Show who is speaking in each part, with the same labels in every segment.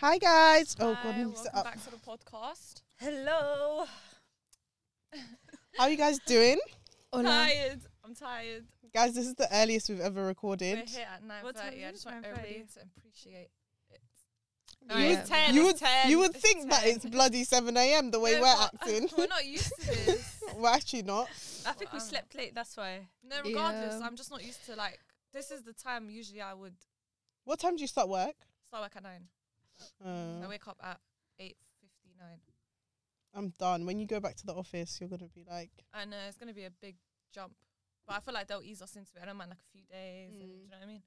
Speaker 1: Hi guys. Oh,
Speaker 2: Hi,
Speaker 1: God, mix it
Speaker 2: welcome
Speaker 1: up.
Speaker 2: back to the podcast.
Speaker 3: Hello.
Speaker 1: How are you guys doing?
Speaker 2: Tired. I'm tired.
Speaker 1: Guys, this is the earliest we've ever
Speaker 2: We're
Speaker 1: recorded.
Speaker 2: here at nine
Speaker 3: What time
Speaker 2: thirty. I
Speaker 3: is
Speaker 2: just
Speaker 3: it?
Speaker 2: want
Speaker 3: 9:30?
Speaker 2: everybody to appreciate it.
Speaker 1: No, You it's
Speaker 3: would-
Speaker 2: 10,
Speaker 1: you
Speaker 2: it's
Speaker 1: would
Speaker 2: 10,
Speaker 1: you would
Speaker 2: it's
Speaker 1: think that
Speaker 2: 10.
Speaker 1: it's bloody 7 a.m. the way
Speaker 2: No,
Speaker 1: we're
Speaker 2: but- uh,
Speaker 1: acting.
Speaker 2: We're not used to this.
Speaker 1: we're actually not.
Speaker 3: I think
Speaker 2: Well,
Speaker 3: we
Speaker 2: I'm-
Speaker 3: slept late, that's why.
Speaker 2: No, regardless,
Speaker 4: Yeah.
Speaker 2: I'm just not used to like this is the time usually I would
Speaker 1: What time do you start work?
Speaker 2: start work at nine. I
Speaker 1: Uh,
Speaker 2: wake up at eight fifty nine.
Speaker 1: I'm done. When you go back to the office, you're gonna be like,
Speaker 2: I know it's gonna be a big jump. But I feel like they'll ease us into it. I don't mind like a few days and, do
Speaker 1: Mm.
Speaker 2: you know what I mean?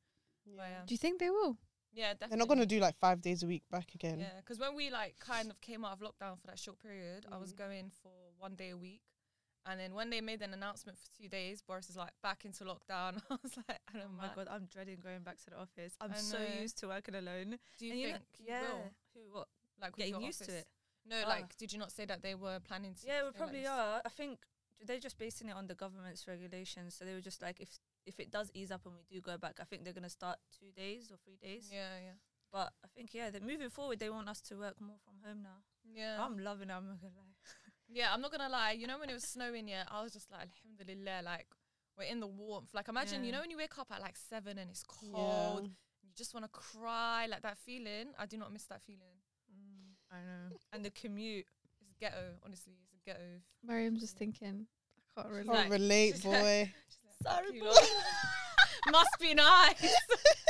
Speaker 1: yeah.
Speaker 2: But, um,
Speaker 4: Do you think they will?
Speaker 3: Oh
Speaker 2: yeah, definitely.
Speaker 1: they're not gonna do like five days a week back again.
Speaker 2: Yeah, because when we like kind of came out of lockdown for that short period, I was
Speaker 3: Mm-hmm.
Speaker 1: Mhm.
Speaker 2: going for one day a week, and then when they made an announcement for two days, Boris is like back into lockdown. I was like, I
Speaker 3: Oh
Speaker 2: don't
Speaker 3: my
Speaker 2: mind.
Speaker 3: god, I'm dreading going back to the office. I'm
Speaker 2: I
Speaker 3: so
Speaker 2: know.
Speaker 3: used to working alone.
Speaker 2: Do you
Speaker 3: And
Speaker 2: think
Speaker 3: know-
Speaker 2: you will?
Speaker 3: Who what?
Speaker 2: Like with
Speaker 3: Getting
Speaker 2: your
Speaker 3: used to
Speaker 2: office?
Speaker 3: it.
Speaker 2: No,
Speaker 3: Ah.
Speaker 2: like did you not say that they were planning to?
Speaker 3: Yeah, we
Speaker 2: stay like
Speaker 3: probably
Speaker 2: this?
Speaker 3: are. I think they're just basing it on the government's regulations. So they were just like, if if it does ease up and we do go back, I think they're gonna start two days or three days.
Speaker 2: Yeah, yeah,
Speaker 3: But I think yeah, they're moving forward. They want us to work more from home now.
Speaker 2: yeah.
Speaker 3: I'm loving it. I'm not gonna lie.
Speaker 2: Yeah, I'm not gonna lie. You know when it was snowing, yeah, I was just like, Alhamdulillah, like we're in the warmth. Like imagine, you
Speaker 3: Yeah.
Speaker 2: know, when you wake up at like seven and it's cold,
Speaker 1: Yeah.
Speaker 2: you just want to cry, like that feeling. I do not miss that feeling.
Speaker 3: I know. And the commute.
Speaker 2: It's ghetto, honestly. It's a ghetto.
Speaker 4: Mariam's just thinking, I can't
Speaker 1: Oh,
Speaker 4: relate.
Speaker 2: like-
Speaker 1: relate,
Speaker 2: she's like-
Speaker 1: boy.
Speaker 2: Sorry, Must be nice.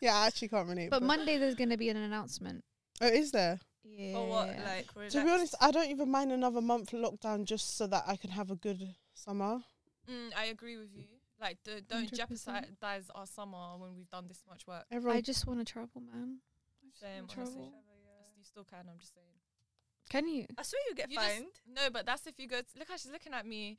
Speaker 1: yeah, I actually can't relate.
Speaker 4: But
Speaker 1: boy.
Speaker 4: Monday there's going to be an announcement.
Speaker 1: oh, is there?
Speaker 4: Yeah.
Speaker 3: Or Oh, what? Like we're
Speaker 1: To be honest, I don't even mind another month lockdown just so that I can have a good summer.
Speaker 2: Mm, I agree with you. Like, d- don't
Speaker 4: 100%.
Speaker 2: jeopardize our summer when we've done this much work.
Speaker 1: Everyone,
Speaker 4: I just want to travel, man.
Speaker 2: Same, honestly.
Speaker 4: wanna travel.
Speaker 2: You still can. I'm just saying.
Speaker 4: Can you?
Speaker 3: I swear you get
Speaker 2: You just-
Speaker 3: fined.
Speaker 2: no, but that's if you go. To, look how she's looking at me.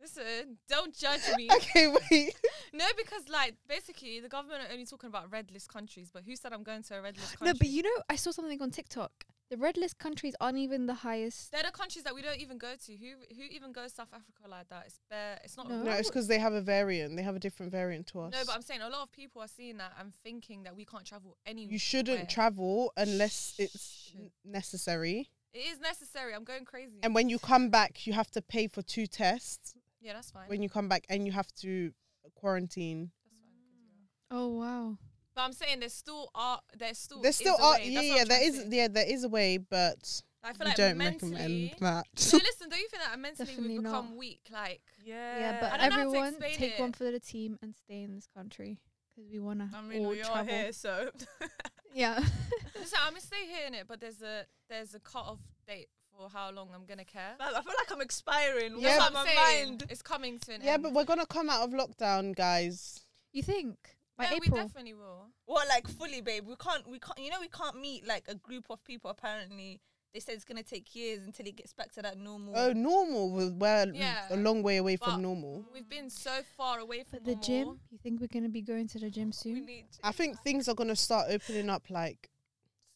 Speaker 2: Listen, don't judge me.
Speaker 1: okay, wait.
Speaker 2: no, because like basically the government are only talking about red list countries. But who said I'm going to a red list country?
Speaker 4: No, but you know, I saw something on TikTok. The red list countries aren't even the highest.
Speaker 2: They're the countries that we don't even go to. Who who even goes South Africa like that? It's bare. It's not.
Speaker 4: No.
Speaker 1: No, it's because they have a variant. They have a different variant to us.
Speaker 2: Oh. No, but I'm saying a lot of people are seeing that and thinking that we can't travel anywhere.
Speaker 1: you shouldn't travel unless it's n- necessary.
Speaker 2: It is necessary. I'm going crazy.
Speaker 1: And when you come back, you have to pay for two tests
Speaker 2: yeah, that's fine.
Speaker 1: when you come back, and you have to quarantine.
Speaker 2: that's fine.
Speaker 4: Oh, wow.
Speaker 2: But I'm saying there still are. There still.
Speaker 1: There
Speaker 2: is
Speaker 1: still
Speaker 2: a
Speaker 1: are,
Speaker 2: way.
Speaker 1: yeah,
Speaker 2: That's what
Speaker 1: yeah.
Speaker 2: I'm
Speaker 1: There
Speaker 2: trying
Speaker 1: is,
Speaker 2: to say.
Speaker 1: yeah, there is a way, but
Speaker 2: I feel
Speaker 1: we
Speaker 2: like
Speaker 1: don't
Speaker 2: mentally.
Speaker 1: recommend that.
Speaker 2: no, listen. Don't you feel that mentally
Speaker 4: Definitely
Speaker 2: we've
Speaker 4: not.
Speaker 2: become weak? Like
Speaker 3: Yeah.
Speaker 4: Yeah, but
Speaker 2: I don't know how to
Speaker 4: everyone
Speaker 2: explain
Speaker 4: take
Speaker 2: it.
Speaker 4: one for the team and stay in this country because we want to
Speaker 3: I mean,
Speaker 4: all
Speaker 3: we are
Speaker 4: travel.
Speaker 3: here, so
Speaker 4: Yeah.
Speaker 2: listen, I'm gonna stay here in it, but there's a there's a cut off date for how long I'm gonna care.
Speaker 3: Man, I feel like I'm expiring.
Speaker 1: Yeah,
Speaker 3: Yeah,
Speaker 2: that's
Speaker 3: What's
Speaker 2: what
Speaker 3: on
Speaker 2: I'm
Speaker 3: my
Speaker 2: saying.
Speaker 3: mind?
Speaker 2: It's coming to an
Speaker 1: yeah,
Speaker 2: end.
Speaker 1: but we're gonna come out of lockdown, guys.
Speaker 4: you think? By
Speaker 2: yeah, we
Speaker 4: April?
Speaker 2: definitely will.
Speaker 3: What, like fully, babe? We can't. We can't. You know, we can't meet like a group of people. Apparently, they said it's gonna take years until it gets back to that normal.
Speaker 1: Oh, normal. We're we're
Speaker 2: Yeah.
Speaker 1: a long way away
Speaker 2: But-
Speaker 1: from normal.
Speaker 2: We've been so far away from
Speaker 4: But the
Speaker 2: normal.
Speaker 4: gym? You think we're going to be going to the gym
Speaker 3: we
Speaker 4: soon?
Speaker 3: need.
Speaker 1: I think things are gonna start opening up like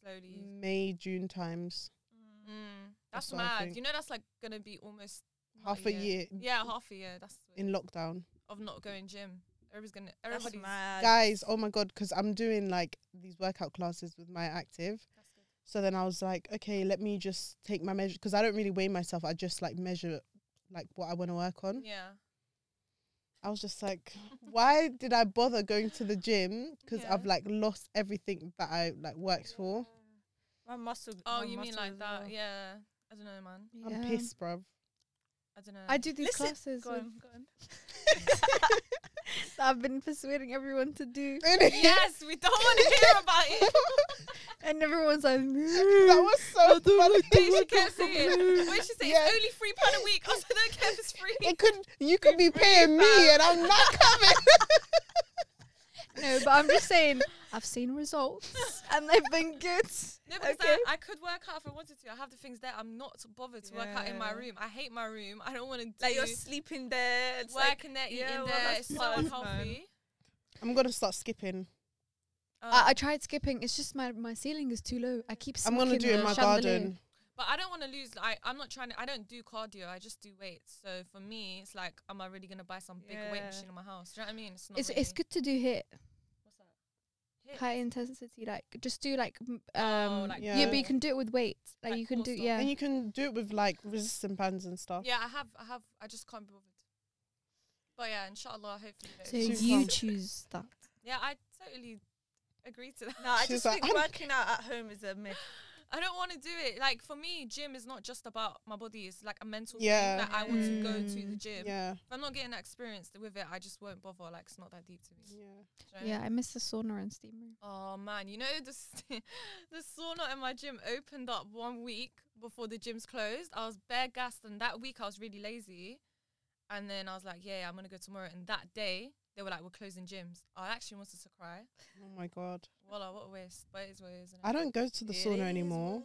Speaker 2: slowly.
Speaker 1: May, June times,
Speaker 2: Mm.
Speaker 1: That's
Speaker 2: That's,
Speaker 1: what I
Speaker 2: mad.
Speaker 1: think.
Speaker 2: You know, that's like gonna be almost not
Speaker 1: half a year
Speaker 2: Oh, Yeah, half a year. That's
Speaker 1: in lockdown.
Speaker 2: of not going gym. Everybody's gonna.
Speaker 3: That's
Speaker 2: Everybody's.
Speaker 3: mad.
Speaker 1: guys oh my god because i'm doing like these workout classes with my active
Speaker 2: That's good.
Speaker 1: so then i was like okay let me just take my measure because i don't really weigh myself i just like measure like what i want to work on
Speaker 2: Yeah.
Speaker 1: i was just like why did i bother going to the gym because
Speaker 2: Yeah.
Speaker 1: i've like lost everything that i like worked for
Speaker 3: My muscle.
Speaker 2: Oh,
Speaker 3: my
Speaker 2: you mean
Speaker 3: muscle
Speaker 2: like
Speaker 3: as
Speaker 2: that?
Speaker 3: well.
Speaker 2: Yeah. I don't know, man.
Speaker 1: i'm pissed bruv
Speaker 2: I don't know.
Speaker 4: I do these
Speaker 3: Listen-
Speaker 4: classes
Speaker 3: Go
Speaker 4: with-
Speaker 3: on, go on.
Speaker 4: that I've been persuading everyone to do,
Speaker 1: Innit?
Speaker 2: yes, we don't want to hear about it.
Speaker 4: and everyone's like,
Speaker 1: that was so
Speaker 2: she
Speaker 1: funny
Speaker 2: kept saying, when she said
Speaker 1: Yeah.
Speaker 2: it's only three pound a week, I said, I don't care if it's free.
Speaker 1: it could you could be paying me and i'm not coming
Speaker 4: no, but I'm just saying, I've seen results, and they've been good.
Speaker 2: No, because
Speaker 4: Okay.
Speaker 2: I, I could work out if I wanted to. I have the things there. I'm not bothered to work out in my
Speaker 3: Yeah.
Speaker 2: room. I hate my room. I don't want to do
Speaker 3: Like you're sleeping there. It's
Speaker 2: work
Speaker 3: like
Speaker 2: in there, eating
Speaker 3: yeah, well,
Speaker 2: there.
Speaker 3: that's
Speaker 2: it's so
Speaker 3: fun,
Speaker 2: unhealthy.
Speaker 1: i'm gonna start skipping
Speaker 2: Um,
Speaker 4: I, I tried skipping. It's just my, my ceiling is too low. I keep.
Speaker 1: i'm gonna
Speaker 4: smacking
Speaker 1: do it in
Speaker 4: the
Speaker 1: my
Speaker 4: chandelier.
Speaker 1: garden
Speaker 2: but I don't want to lose. I, I'm not trying to. I don't do cardio. I just do weights. So for me, it's like, am I really gonna buy some big weight
Speaker 3: Yeah.
Speaker 2: machine in my house? Do you know what I mean? It's not.
Speaker 4: It's
Speaker 2: really.
Speaker 4: it's good to do here.
Speaker 2: What's that?
Speaker 4: high intensity, like just do like m- um
Speaker 2: Oh, like
Speaker 4: yeah. but you
Speaker 1: Yeah.
Speaker 4: can do it with weights. Like,
Speaker 2: Like
Speaker 4: you can
Speaker 2: core
Speaker 4: do
Speaker 2: stuff.
Speaker 4: yeah.
Speaker 1: And you can do it with like resistant bands and stuff.
Speaker 2: Yeah, I have, I have, I just can't be bothered. But yeah, inshallah, hopefully.
Speaker 4: so
Speaker 2: those-
Speaker 1: Super.
Speaker 4: you choose that.
Speaker 2: yeah, I totally agree to that.
Speaker 3: No, I
Speaker 1: She's
Speaker 3: just
Speaker 1: like,
Speaker 3: think
Speaker 1: "I'm-
Speaker 3: working out at home is a myth.
Speaker 2: I don't want to do it. Like for me, gym is not just about my body. It's like a mental
Speaker 1: Yeah.
Speaker 2: thing that I want to go to the
Speaker 4: Mm.
Speaker 2: gym.
Speaker 1: Yeah.
Speaker 2: If I'm not getting that experience with it, I just won't bother. Like it's not that deep to me.
Speaker 1: Yeah.
Speaker 2: Do you know?
Speaker 4: Yeah, I miss the sauna and steam room.
Speaker 2: Oh man, you know the s- the sauna in my gym opened up one week before the gym's closed. I was bare gassed, and that week I was really lazy. And then I was like, yeah, I'm gonna go tomorrow. And that day they were like, we're closing gyms. I actually wanted to cry.
Speaker 1: Oh my god.
Speaker 2: Voila, what a waste. But it is what it is. innit?
Speaker 1: I don't go to the
Speaker 3: It
Speaker 1: sauna
Speaker 3: is
Speaker 1: anymore.
Speaker 3: what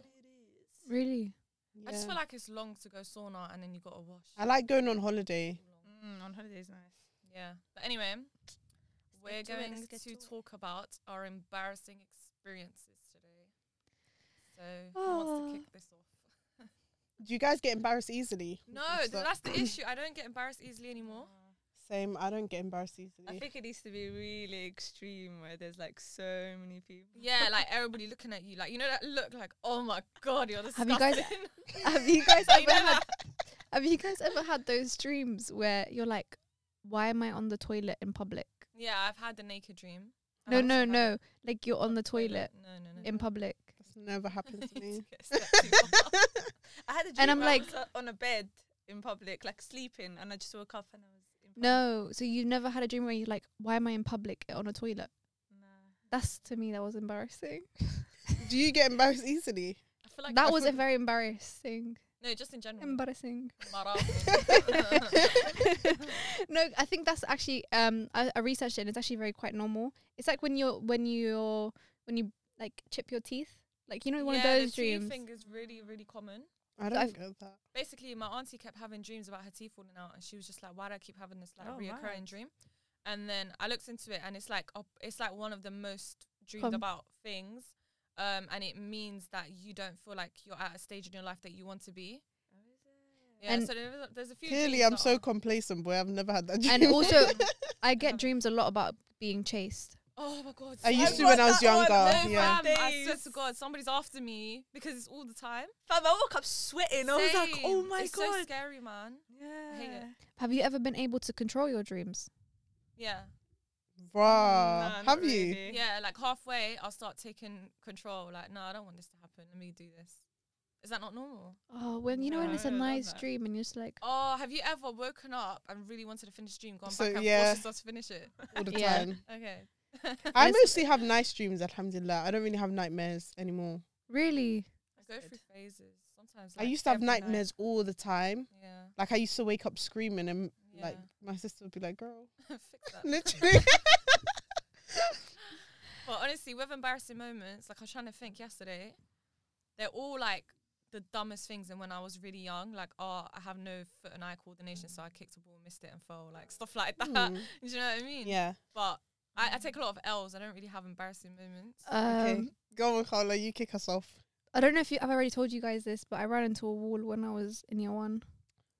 Speaker 3: it is.
Speaker 4: Really?
Speaker 2: I just
Speaker 1: Yeah.
Speaker 2: feel like it's long to go sauna and then you gotta wash.
Speaker 1: I like going on holiday.
Speaker 3: Mm, on holidays, nice.
Speaker 2: Yeah. But anyway, we're
Speaker 3: get to it,
Speaker 2: going
Speaker 3: let's
Speaker 2: to,
Speaker 3: get to it.
Speaker 2: talk about our embarrassing experiences today. So who wants
Speaker 4: Oh.
Speaker 2: to kick this off?
Speaker 1: Do you guys get embarrassed easily?
Speaker 2: No, th-
Speaker 1: So-
Speaker 2: that's the issue. I don't get embarrassed easily anymore.
Speaker 1: Same. I don't get embarrassed easily.
Speaker 3: I think it needs to be really extreme where there's like so many people.
Speaker 2: Yeah, like everybody looking at you, like you know that look, like oh my god, you're disgusting.
Speaker 4: Have you guys- Have you guys
Speaker 2: You
Speaker 4: ever
Speaker 2: know
Speaker 4: had
Speaker 2: that?
Speaker 4: have you guys ever had those dreams where you're like, Why am I on the toilet in public?
Speaker 2: yeah, I've had the naked dream. I've
Speaker 4: No,
Speaker 2: also
Speaker 4: no,
Speaker 2: had
Speaker 4: no. Like you're on the toilet
Speaker 2: No, no, no.
Speaker 4: in public.
Speaker 1: That's never happened to me.
Speaker 2: It's that too far.
Speaker 3: I had a dream
Speaker 4: And I'm
Speaker 3: where I
Speaker 4: like-
Speaker 3: was uh, on a bed in public, like sleeping, and I just woke up and I was in public.
Speaker 4: No, so you've never had a dream where you're like, why am I in public on a toilet?
Speaker 3: Nah.
Speaker 4: That's to me that was embarrassing.
Speaker 1: Do you get embarrassed easily?
Speaker 2: I feel like
Speaker 4: that
Speaker 2: I Mm.
Speaker 4: was a
Speaker 2: feel-
Speaker 4: very embarrassing.
Speaker 2: no, just in general. uh,
Speaker 4: Embarrassing.
Speaker 2: Embarrassing.
Speaker 4: no, I think that's actually um I, I researched it and it's actually very quite normal. It's like when you're when you're when you like chip your teeth. Like you know one
Speaker 2: yeah,
Speaker 4: of those
Speaker 2: the teeth
Speaker 4: dreams.
Speaker 2: thing is really, really common.
Speaker 1: I
Speaker 4: I've-
Speaker 1: don't get that.
Speaker 2: basically my auntie kept having dreams about her teeth falling out and she was just like why do i keep having this like
Speaker 3: Oh,
Speaker 2: reoccurring
Speaker 3: mad.
Speaker 2: dream and then i looked into it and it's like op- it's like one of the most dreamed
Speaker 4: Com-
Speaker 2: about things um and it means that you don't feel like you're at a stage in your life that you want to be yeah
Speaker 4: And
Speaker 2: so there's, there's a few
Speaker 1: Clearly,
Speaker 2: dreams
Speaker 1: I'm
Speaker 2: that
Speaker 1: so
Speaker 2: are-
Speaker 1: complacent, boy. I've never had that. Dream.
Speaker 4: And also I
Speaker 2: Yeah.
Speaker 4: get dreams a lot about being chased.
Speaker 2: oh my god
Speaker 1: I
Speaker 2: so-
Speaker 1: used
Speaker 3: I
Speaker 1: to when
Speaker 3: want
Speaker 1: I was
Speaker 3: that one.
Speaker 1: younger.
Speaker 2: no,
Speaker 3: Oh,
Speaker 1: yeah.
Speaker 2: fam, I swear
Speaker 3: Days.
Speaker 2: to God, somebody's after me because it's all the time.
Speaker 3: Fam, I woke up sweating. I was like, oh
Speaker 2: Same.
Speaker 3: my
Speaker 2: it's
Speaker 3: god.
Speaker 2: so scary, man.
Speaker 3: yeah.
Speaker 2: hate it.
Speaker 4: Have you ever been able to control your dreams?
Speaker 2: Yeah,
Speaker 1: Bruh,
Speaker 3: Nah, not
Speaker 1: Ah, have you?
Speaker 3: really.
Speaker 2: Yeah, like halfway, I'll start taking control. Like, no, I don't want this to happen. Let me do this. Is that not normal?
Speaker 4: Oh, when you know when
Speaker 3: No,
Speaker 4: it's a
Speaker 3: I don't know
Speaker 4: nice
Speaker 3: that.
Speaker 4: dream and you're just like
Speaker 2: Oh, have you ever woken up and really wanted to finish a dream, gone
Speaker 1: So,
Speaker 2: back and
Speaker 1: yeah.
Speaker 2: forth just to finish it?
Speaker 1: All the
Speaker 4: Yeah.
Speaker 1: time.
Speaker 2: Okay.
Speaker 1: I
Speaker 4: Yes.
Speaker 1: mostly have nice dreams, alhamdulillah. I don't really have nightmares anymore.
Speaker 4: really
Speaker 2: I go
Speaker 3: Good.
Speaker 2: through phases. Sometimes
Speaker 1: I
Speaker 2: like,
Speaker 1: used to have
Speaker 2: every night.
Speaker 1: nightmares all the time.
Speaker 2: Yeah.
Speaker 1: Like I used to wake up screaming, and like
Speaker 2: Yeah.
Speaker 1: my sister would be like, "Girl,
Speaker 2: Fix that.
Speaker 1: literally."
Speaker 2: But honestly, with embarrassing moments, like I was trying to think yesterday, they're all like the dumbest things. And when I was really young, like, oh, I have no foot and eye coordination, so I kicked a ball, missed it, and fell, like stuff like that.
Speaker 1: Hmm.
Speaker 2: Do you know what I mean?
Speaker 1: Yeah.
Speaker 2: But I, I take a lot of L's. I don't really have embarrassing moments.
Speaker 4: um
Speaker 1: Okay. Go on, Carla. You kick us off.
Speaker 4: I don't know if you, I've already told you guys this, but I ran into a wall when I was in year one.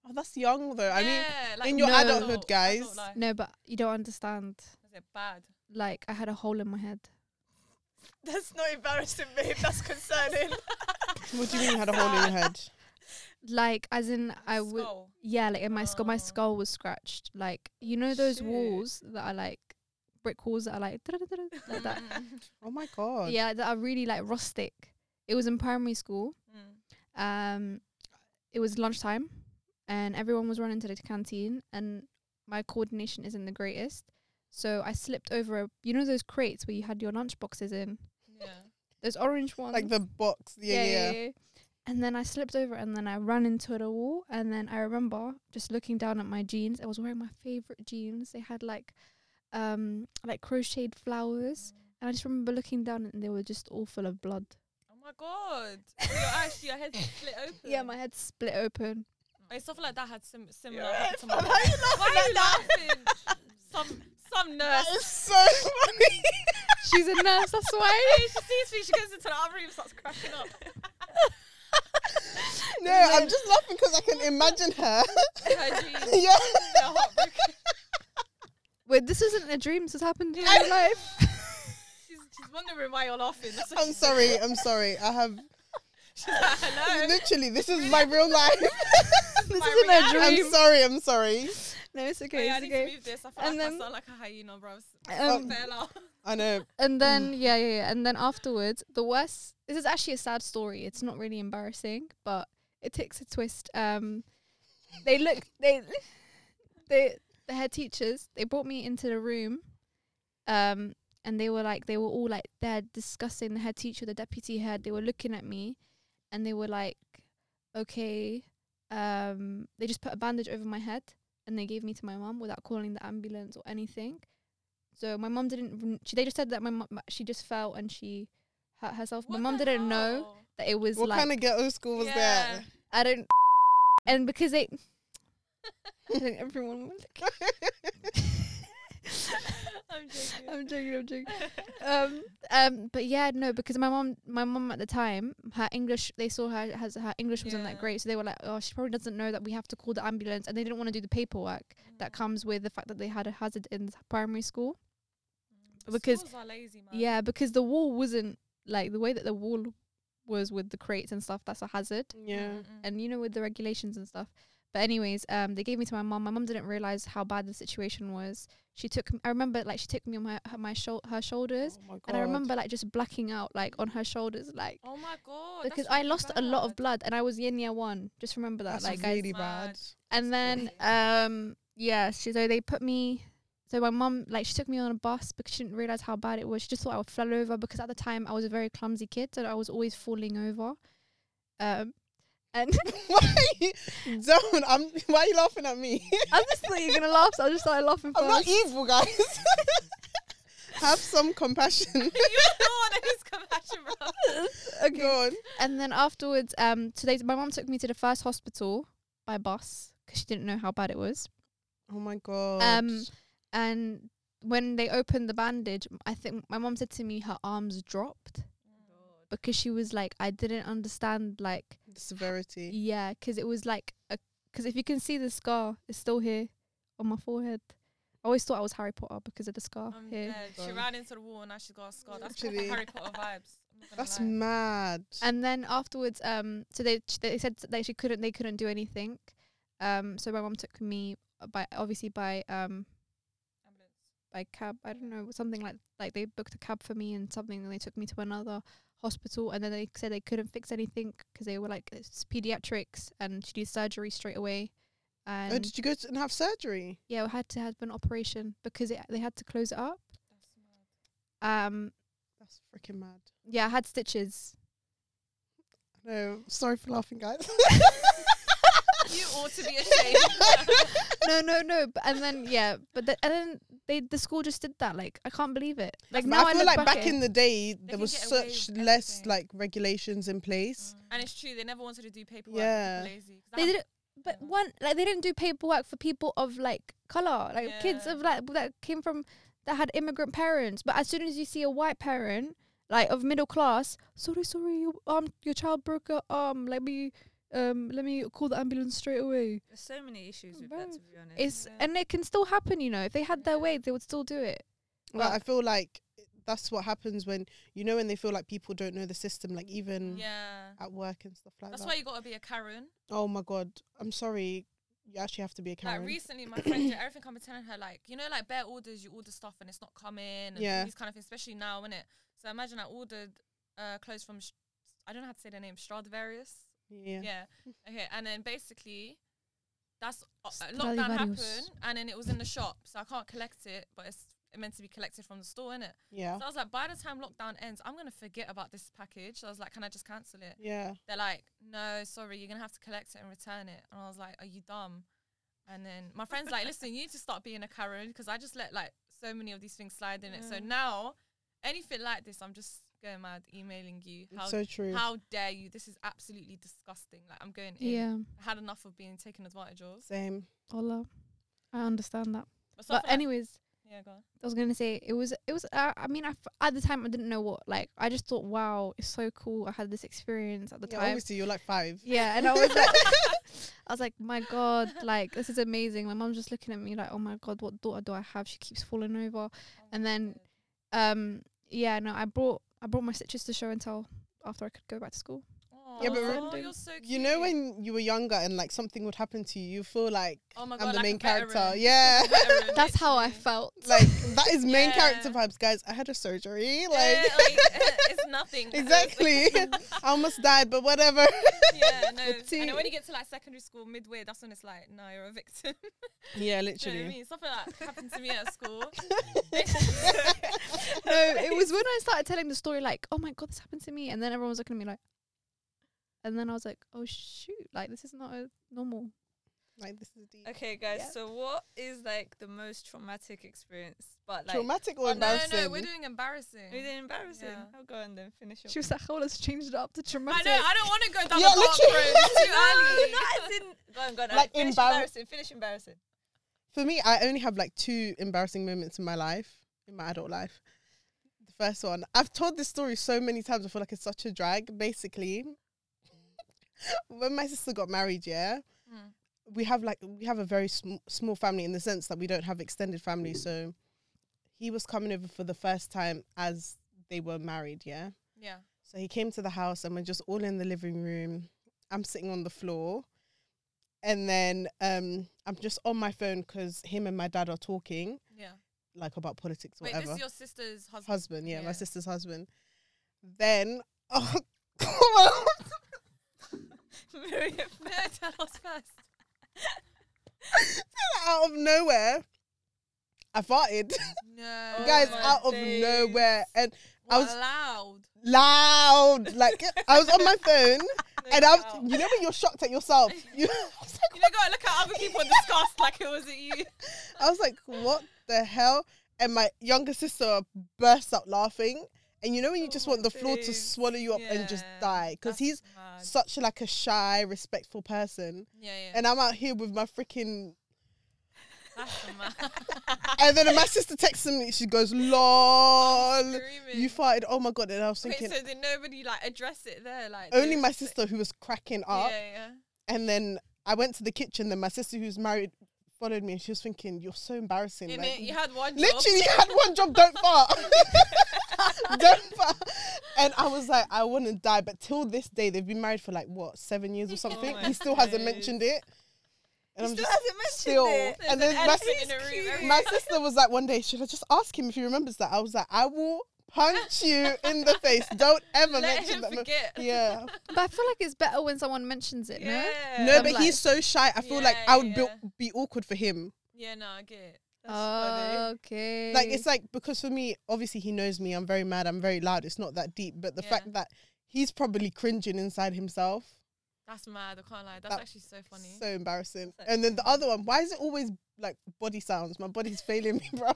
Speaker 1: Oh, that's young though. I mean,
Speaker 2: Yeah,
Speaker 1: in your
Speaker 4: No.
Speaker 1: adulthood,
Speaker 2: adult
Speaker 1: guys.
Speaker 2: life.
Speaker 4: No, but you don't understand.
Speaker 2: Is it bad?
Speaker 4: Like I had a hole in my head.
Speaker 3: That's not embarrassing, babe. That's concerning.
Speaker 1: what do you mean you had a hole in your head?
Speaker 4: Like as in I would
Speaker 2: Skull.
Speaker 4: yeah, like in my skull my
Speaker 2: Oh.
Speaker 4: skull was scratched. Like you know those
Speaker 3: Shit.
Speaker 4: walls that are like brick walls that are like like that.
Speaker 2: Mm,
Speaker 1: Oh my god.
Speaker 4: Yeah, that are really like rustic. It was in primary school.
Speaker 2: mm.
Speaker 4: um it was lunchtime and everyone was running to the canteen and my coordination isn't the greatest so i slipped over a, you know those crates where you had your lunch boxes in
Speaker 2: yeah.
Speaker 4: those orange ones
Speaker 1: Like the box. Yeah, yeah.
Speaker 4: and then i slipped over and then i ran into the wall and then i remember just looking down at my jeans i was wearing my favorite jeans they had like um like crocheted flowers and i just remember looking down and they were just all full of blood
Speaker 2: Oh my god. So your eyes, your head split open.
Speaker 4: yeah my head split open
Speaker 2: Wait, stuff like that had sim- similar.
Speaker 3: Yeah.
Speaker 2: happened to my
Speaker 3: Why
Speaker 2: mum.
Speaker 3: you laughing
Speaker 2: Why are you
Speaker 3: like that?
Speaker 2: laughing? some some nurse.
Speaker 1: It's so funny.
Speaker 4: she's a nurse that's why
Speaker 2: She sees me. She goes into the other room, starts cracking up.
Speaker 1: No, I'm just laughing because I can imagine her.
Speaker 2: Her jeans.
Speaker 1: yeah.
Speaker 2: They're heartbroken.
Speaker 4: Wait, this isn't a dream. This has happened in
Speaker 2: Yeah.
Speaker 4: real life.
Speaker 2: She's She's wondering why you're laughing. That's what
Speaker 1: I'm
Speaker 2: she's-
Speaker 1: sorry. I'm sorry. I have
Speaker 2: She's like, hello.
Speaker 1: literally. This is my real life.
Speaker 4: this
Speaker 2: My
Speaker 4: isn't
Speaker 2: reality.
Speaker 4: a
Speaker 1: I'm
Speaker 4: dream.
Speaker 1: sorry. I'm sorry.
Speaker 4: No, it's
Speaker 2: Oh,
Speaker 4: okay.
Speaker 2: yeah, I
Speaker 4: it's
Speaker 2: need to
Speaker 4: okay.
Speaker 2: move this. I feel
Speaker 4: And
Speaker 2: like I
Speaker 4: then-
Speaker 2: sound like a hyena, bruv.
Speaker 1: Um,
Speaker 2: Fair laugh.
Speaker 1: I know.
Speaker 4: And then
Speaker 2: Mm.
Speaker 4: yeah, yeah, yeah. And then afterwards, the worst. This is actually a sad story. It's not really embarrassing, but it takes a twist. Um, they look. They, they, the head teachers. They brought me into the room, um, and they were like, they were all like, they're discussing the head teacher, the deputy head. They were looking at me, and they were like, okay. Um, they just put a bandage over my head, and they gave me to my mum without calling the ambulance or anything. So my mum didn't. rem- She, they just said that my mum, she just fell and she hurt herself.
Speaker 2: What
Speaker 4: my mum
Speaker 2: the
Speaker 4: didn't know
Speaker 2: hell?
Speaker 4: that it was
Speaker 1: What
Speaker 4: like
Speaker 1: kind of ghetto school was
Speaker 2: Yeah.
Speaker 4: I don't. And because they, I think everyone was.
Speaker 2: I'm joking.
Speaker 4: I'm joking. I'm joking. Um, um, but yeah, no, because my mom, my mom at the time, her English, they saw her has her English wasn't
Speaker 2: Yeah.
Speaker 4: that great, so they were like, oh, she probably doesn't know that we have to call the ambulance, and they didn't want to do the paperwork that comes with the fact that they had a hazard in primary school, because
Speaker 2: Mm, Schools are lazy, man.
Speaker 4: yeah, because the wall wasn't like the way that the wall was with the crates and stuff. That's a hazard.
Speaker 1: that? Yeah.
Speaker 2: Mm,
Speaker 4: and you know with the regulations and stuff but anyways um they gave me to my mom my mom didn't realize how bad the situation was she took m- i remember like she took me on my her, my shou- her shoulders
Speaker 1: Oh my
Speaker 4: and i
Speaker 1: God.
Speaker 4: remember like just blacking out like on her shoulders like
Speaker 2: Oh my god. that's
Speaker 4: because i
Speaker 2: really
Speaker 4: lost a lot of
Speaker 2: bad.
Speaker 4: blood and i was in year one just remember that
Speaker 1: That's
Speaker 4: like guys
Speaker 1: really bad.
Speaker 2: Mad.
Speaker 4: and then um yeah she, so they put me so my mom like she took me on a bus because she didn't realize how bad it was she just thought i would fell over because at the time i was a very clumsy kid so i was always falling over um and
Speaker 1: why? are you- Don't. I'm. Why are you laughing at me?
Speaker 4: I just thought you were gonna laugh, so I just started laughing
Speaker 1: I'm not
Speaker 4: first.
Speaker 1: evil, guys. Have some compassion.
Speaker 2: you don't want his compassion, bro. Oh,
Speaker 4: Okay.
Speaker 1: Go on.
Speaker 4: And then afterwards, um, today my mom took me to the first hospital by bus because she didn't know how bad it was.
Speaker 1: Oh my god.
Speaker 4: Um, And when they opened the bandage, I think my mom said to me her arms dropped because she was like, I didn't understand, like,
Speaker 1: the severity.
Speaker 4: yeah, because it was like, because if you can see the scar, it's still here on my forehead. I always thought I was Harry Potter because of the scar
Speaker 2: I'm
Speaker 4: Oh, here.
Speaker 2: dead. She
Speaker 1: Gone.
Speaker 2: ran into the wall and now she's got a scar. That's proper
Speaker 1: Literally.
Speaker 2: Harry Potter vibes. I'm not gonna
Speaker 1: That's
Speaker 2: lie.
Speaker 1: mad.
Speaker 4: And then afterwards, um, so they they said that she couldn't they couldn't do anything, um. So my mom took me by obviously by um
Speaker 2: Ambulance.
Speaker 4: by cab. I don't know something like like they booked a cab for me and something, and they took me to another hospital. And then they said they couldn't fix anything 'cause they were like it's pediatrics and she needs surgery straight away. And
Speaker 1: oh, did you go to, and have surgery?
Speaker 4: yeah, we had to have an operation because it, they had to close it up. Um,
Speaker 1: That's freaking mad.
Speaker 4: yeah, I had stitches.
Speaker 1: No, sorry for laughing, guys.
Speaker 2: You ought to be ashamed.
Speaker 4: no, no, no. But and then yeah, but the, and then they the school just did that. Like I can't believe it. Like
Speaker 1: But
Speaker 4: now
Speaker 1: I
Speaker 4: I,
Speaker 1: feel
Speaker 4: look
Speaker 1: like back
Speaker 4: at it.
Speaker 1: in the day there
Speaker 2: can
Speaker 1: was
Speaker 2: get away with
Speaker 1: such less
Speaker 2: anything.
Speaker 1: like regulations in place.
Speaker 2: and it's true, they never wanted to do paperwork.
Speaker 1: Yeah.
Speaker 2: Yeah. Lazy. 'Cause I
Speaker 4: they
Speaker 2: have-
Speaker 4: didn't. But one like they didn't do paperwork for people of like color, like kids
Speaker 2: Yeah.
Speaker 4: of like that came from that had immigrant parents. But as soon as you see a white parent like of middle class, sorry, sorry, your um your child broke her arm. Let me um let me call the ambulance straight away.
Speaker 3: There's so many issues with
Speaker 4: Bruv,
Speaker 3: that, to be honest.
Speaker 4: It's
Speaker 2: Yeah.
Speaker 4: and it can still happen, you know. If they had their
Speaker 2: Yeah.
Speaker 4: way, they would still do it.
Speaker 1: Like
Speaker 4: But-
Speaker 1: I feel like that's what happens when you know when they feel like people don't know the system, like even
Speaker 2: Yeah.
Speaker 1: at work and stuff like
Speaker 2: That's
Speaker 1: that.
Speaker 2: why you gotta be a Karen.
Speaker 1: oh my god, I'm sorry. You actually have to be a Karen.
Speaker 2: Like recently, my friend, did everything I'm telling her, like, you know, like bare orders, you order stuff and it's not coming, and all
Speaker 1: Yeah.
Speaker 2: these kind of things, especially now, innit? So imagine I ordered uh, clothes from, Sh- I don't know how to say their name, Stradivarius.
Speaker 1: yeah.
Speaker 2: Yeah. Okay. And then basically, that's uh, uh, lockdown happened,
Speaker 4: Stradivarius.
Speaker 2: and then it was in the shop, so I can't collect it, but it's meant to be collected from the store, innit?
Speaker 1: Yeah.
Speaker 2: So I was like, by the time lockdown ends, I'm gonna forget about this package. So I was like, can I just cancel it?
Speaker 1: Yeah.
Speaker 2: they're like, no, sorry, you're gonna have to collect it and return it. And I was like, are you dumb? And then my friend's like, listen, you need to start being a Karen because I just let like so many of these things slide in it. So now, anything like this, I'm just going mad, emailing you. How,
Speaker 1: It's so true.
Speaker 2: how dare you? This is absolutely disgusting. Like I'm going in.
Speaker 4: Yeah,
Speaker 2: I had enough of being taken advantage of.
Speaker 1: Same.
Speaker 4: Ola, I understand
Speaker 2: so
Speaker 4: that.
Speaker 2: I
Speaker 4: but
Speaker 2: feel like-
Speaker 4: anyways,
Speaker 2: yeah, go on.
Speaker 4: I was gonna say it was it was. Uh, I mean, I f- at the time I didn't know what like. I just thought, wow, it's so cool. I had this experience at the
Speaker 1: Yeah,
Speaker 4: time.
Speaker 1: obviously you're like five.
Speaker 4: Yeah, and I was like, I was like, my god, like this is amazing. My mom's just looking at me like, oh my god, what daughter do I have? She keeps falling over, and then, um, yeah, no, I brought I brought my stitches to show and tell after I could go back to school.
Speaker 1: Yeah, but
Speaker 2: Aw,
Speaker 3: Oh,
Speaker 4: re-
Speaker 2: you're so cute.
Speaker 1: You know when you were younger and like something would happen to you, you feel like
Speaker 2: Oh my
Speaker 1: I'm
Speaker 2: God,
Speaker 1: the
Speaker 2: like a
Speaker 1: main character.
Speaker 2: veteran.
Speaker 1: Yeah.
Speaker 2: Veteran,
Speaker 4: That's how I
Speaker 2: literally.
Speaker 4: felt.
Speaker 1: like that is main
Speaker 2: Yeah.
Speaker 1: character vibes, guys. I had a surgery. Like,
Speaker 2: Yeah, like, it's nothing.
Speaker 1: exactly. I almost died, but whatever.
Speaker 2: yeah, no. And
Speaker 1: tea.
Speaker 2: then when you get to like secondary school, midway, that's when it's like, no, you're a victim.
Speaker 1: Yeah,
Speaker 2: Do you know what I
Speaker 1: literally.
Speaker 2: mean? Something like happened to me at school.
Speaker 4: no, it was when I started telling the story, like, oh my god, this happened to me, and then everyone was looking at me like, and then I was like, oh shoot, like this is not a normal.
Speaker 1: Like this is deep.
Speaker 3: Okay, guys.
Speaker 4: Yeah.
Speaker 3: So what is like the most traumatic experience? But like,
Speaker 1: Traumatic or
Speaker 2: oh, no, no,
Speaker 1: embarrassing?
Speaker 2: we're doing embarrassing.
Speaker 3: is it embarrassing?
Speaker 2: Yeah.
Speaker 3: I'll go and then finish.
Speaker 4: She was like, oh, let's change it up to
Speaker 2: I
Speaker 4: traumatic.
Speaker 2: know, I don't want to go down
Speaker 1: Yeah,
Speaker 2: the dark
Speaker 1: literally.
Speaker 2: road. It's too
Speaker 3: no,
Speaker 2: early.
Speaker 3: not as in. Go on, go on.
Speaker 1: Like
Speaker 3: Like finish
Speaker 1: embarra-
Speaker 3: embarrassing. Finish embarrassing.
Speaker 1: For me, I only have like two embarrassing moments in my life, in my adult life. The first one, I've told this story so many times. I feel like it's such a drag. Basically, when my sister got married, yeah,
Speaker 2: Mm.
Speaker 1: we have like we have a very sm- small family in the sense that we don't have extended family. So he was coming over for the first time as they were married, yeah.
Speaker 2: Yeah.
Speaker 1: So he came to the house and we're just all in the living room. I'm sitting on the floor. And then um, I'm just on my phone because him and my dad are talking,
Speaker 2: Yeah.
Speaker 1: like about politics or
Speaker 2: Wait,
Speaker 1: whatever.
Speaker 2: this is your sister's husband.
Speaker 1: husband, yeah,
Speaker 2: Yeah.
Speaker 1: my sister's husband. Then, oh, come on.
Speaker 3: Miriam.
Speaker 2: no, tell us first.
Speaker 1: out of nowhere, I farted.
Speaker 2: No.
Speaker 1: Guys,
Speaker 3: my
Speaker 1: out of
Speaker 3: days.
Speaker 1: nowhere. And I
Speaker 2: What,
Speaker 1: was-
Speaker 2: loud.
Speaker 1: loud, like, I was on my phone. And I'm,
Speaker 3: Wow.
Speaker 1: you know when you're shocked at yourself, you, I was like,
Speaker 2: You know, go look at other people disgust like it wasn't you.
Speaker 1: I was like, what the hell? And my younger sister burst out laughing. And you know when you
Speaker 3: Oh
Speaker 1: just
Speaker 3: my
Speaker 1: want the floor to
Speaker 3: days.
Speaker 1: swallow you up and just
Speaker 2: Yeah,
Speaker 1: die? Because he's
Speaker 2: that's mad.
Speaker 1: such like a shy, respectful person.
Speaker 2: yeah, yeah.
Speaker 1: And I'm out here with my freaking.
Speaker 2: that's mad.
Speaker 1: And then my sister texts me. She goes, "Lol,
Speaker 2: Screaming.
Speaker 1: you farted! Oh my god!" And I was
Speaker 2: Wait,
Speaker 1: thinking,
Speaker 2: so did nobody like address it there? Like
Speaker 1: only
Speaker 2: they-
Speaker 1: my sister who was cracking
Speaker 2: Yeah,
Speaker 1: up.
Speaker 2: yeah.
Speaker 1: And then I went to the kitchen. Then my sister who's married followed me, and she was thinking, "You're so embarrassing."
Speaker 2: In
Speaker 1: like,
Speaker 2: it, you had one job.
Speaker 1: Literally, you had one job. Don't fart. don't fart. And I was like, I want to die. But till this day, they've been married for like what seven years
Speaker 2: Oh
Speaker 1: or something.
Speaker 3: my
Speaker 1: he still hasn't
Speaker 3: days.
Speaker 1: mentioned it. And
Speaker 3: He
Speaker 1: I'm
Speaker 3: still
Speaker 1: just
Speaker 3: hasn't mentioned
Speaker 1: still.
Speaker 3: it.
Speaker 1: And
Speaker 2: There's
Speaker 1: then
Speaker 2: an
Speaker 1: my,
Speaker 2: elephant in the room.
Speaker 1: sis-
Speaker 2: everyone-
Speaker 1: my sister was like, one day, should I just ask him if he remembers that? I was like, I will punch you in the face. Don't ever
Speaker 2: Let
Speaker 1: mention
Speaker 2: him
Speaker 1: that. mo-
Speaker 2: forget.
Speaker 1: Yeah.
Speaker 4: but I feel like it's better when someone mentions it. No,
Speaker 3: Yeah.
Speaker 1: No,
Speaker 4: I'm
Speaker 1: but
Speaker 4: like-
Speaker 1: he's so shy. I feel like
Speaker 2: Yeah,
Speaker 1: I would be,
Speaker 2: yeah.
Speaker 1: be awkward for him.
Speaker 2: Yeah, no, I get it.
Speaker 3: That's
Speaker 1: Uh,
Speaker 3: funny.
Speaker 4: okay.
Speaker 2: Mm.
Speaker 1: like it's like because for me obviously he knows me i'm very mad i'm very loud it's not that deep but the
Speaker 2: Yeah.
Speaker 1: fact that he's probably cringing inside himself
Speaker 2: That's mad. I can't lie. That's
Speaker 1: That-
Speaker 2: actually so funny.
Speaker 1: so embarrassing
Speaker 3: That's
Speaker 1: and then the other one why is it always like body sounds my body's failing me bro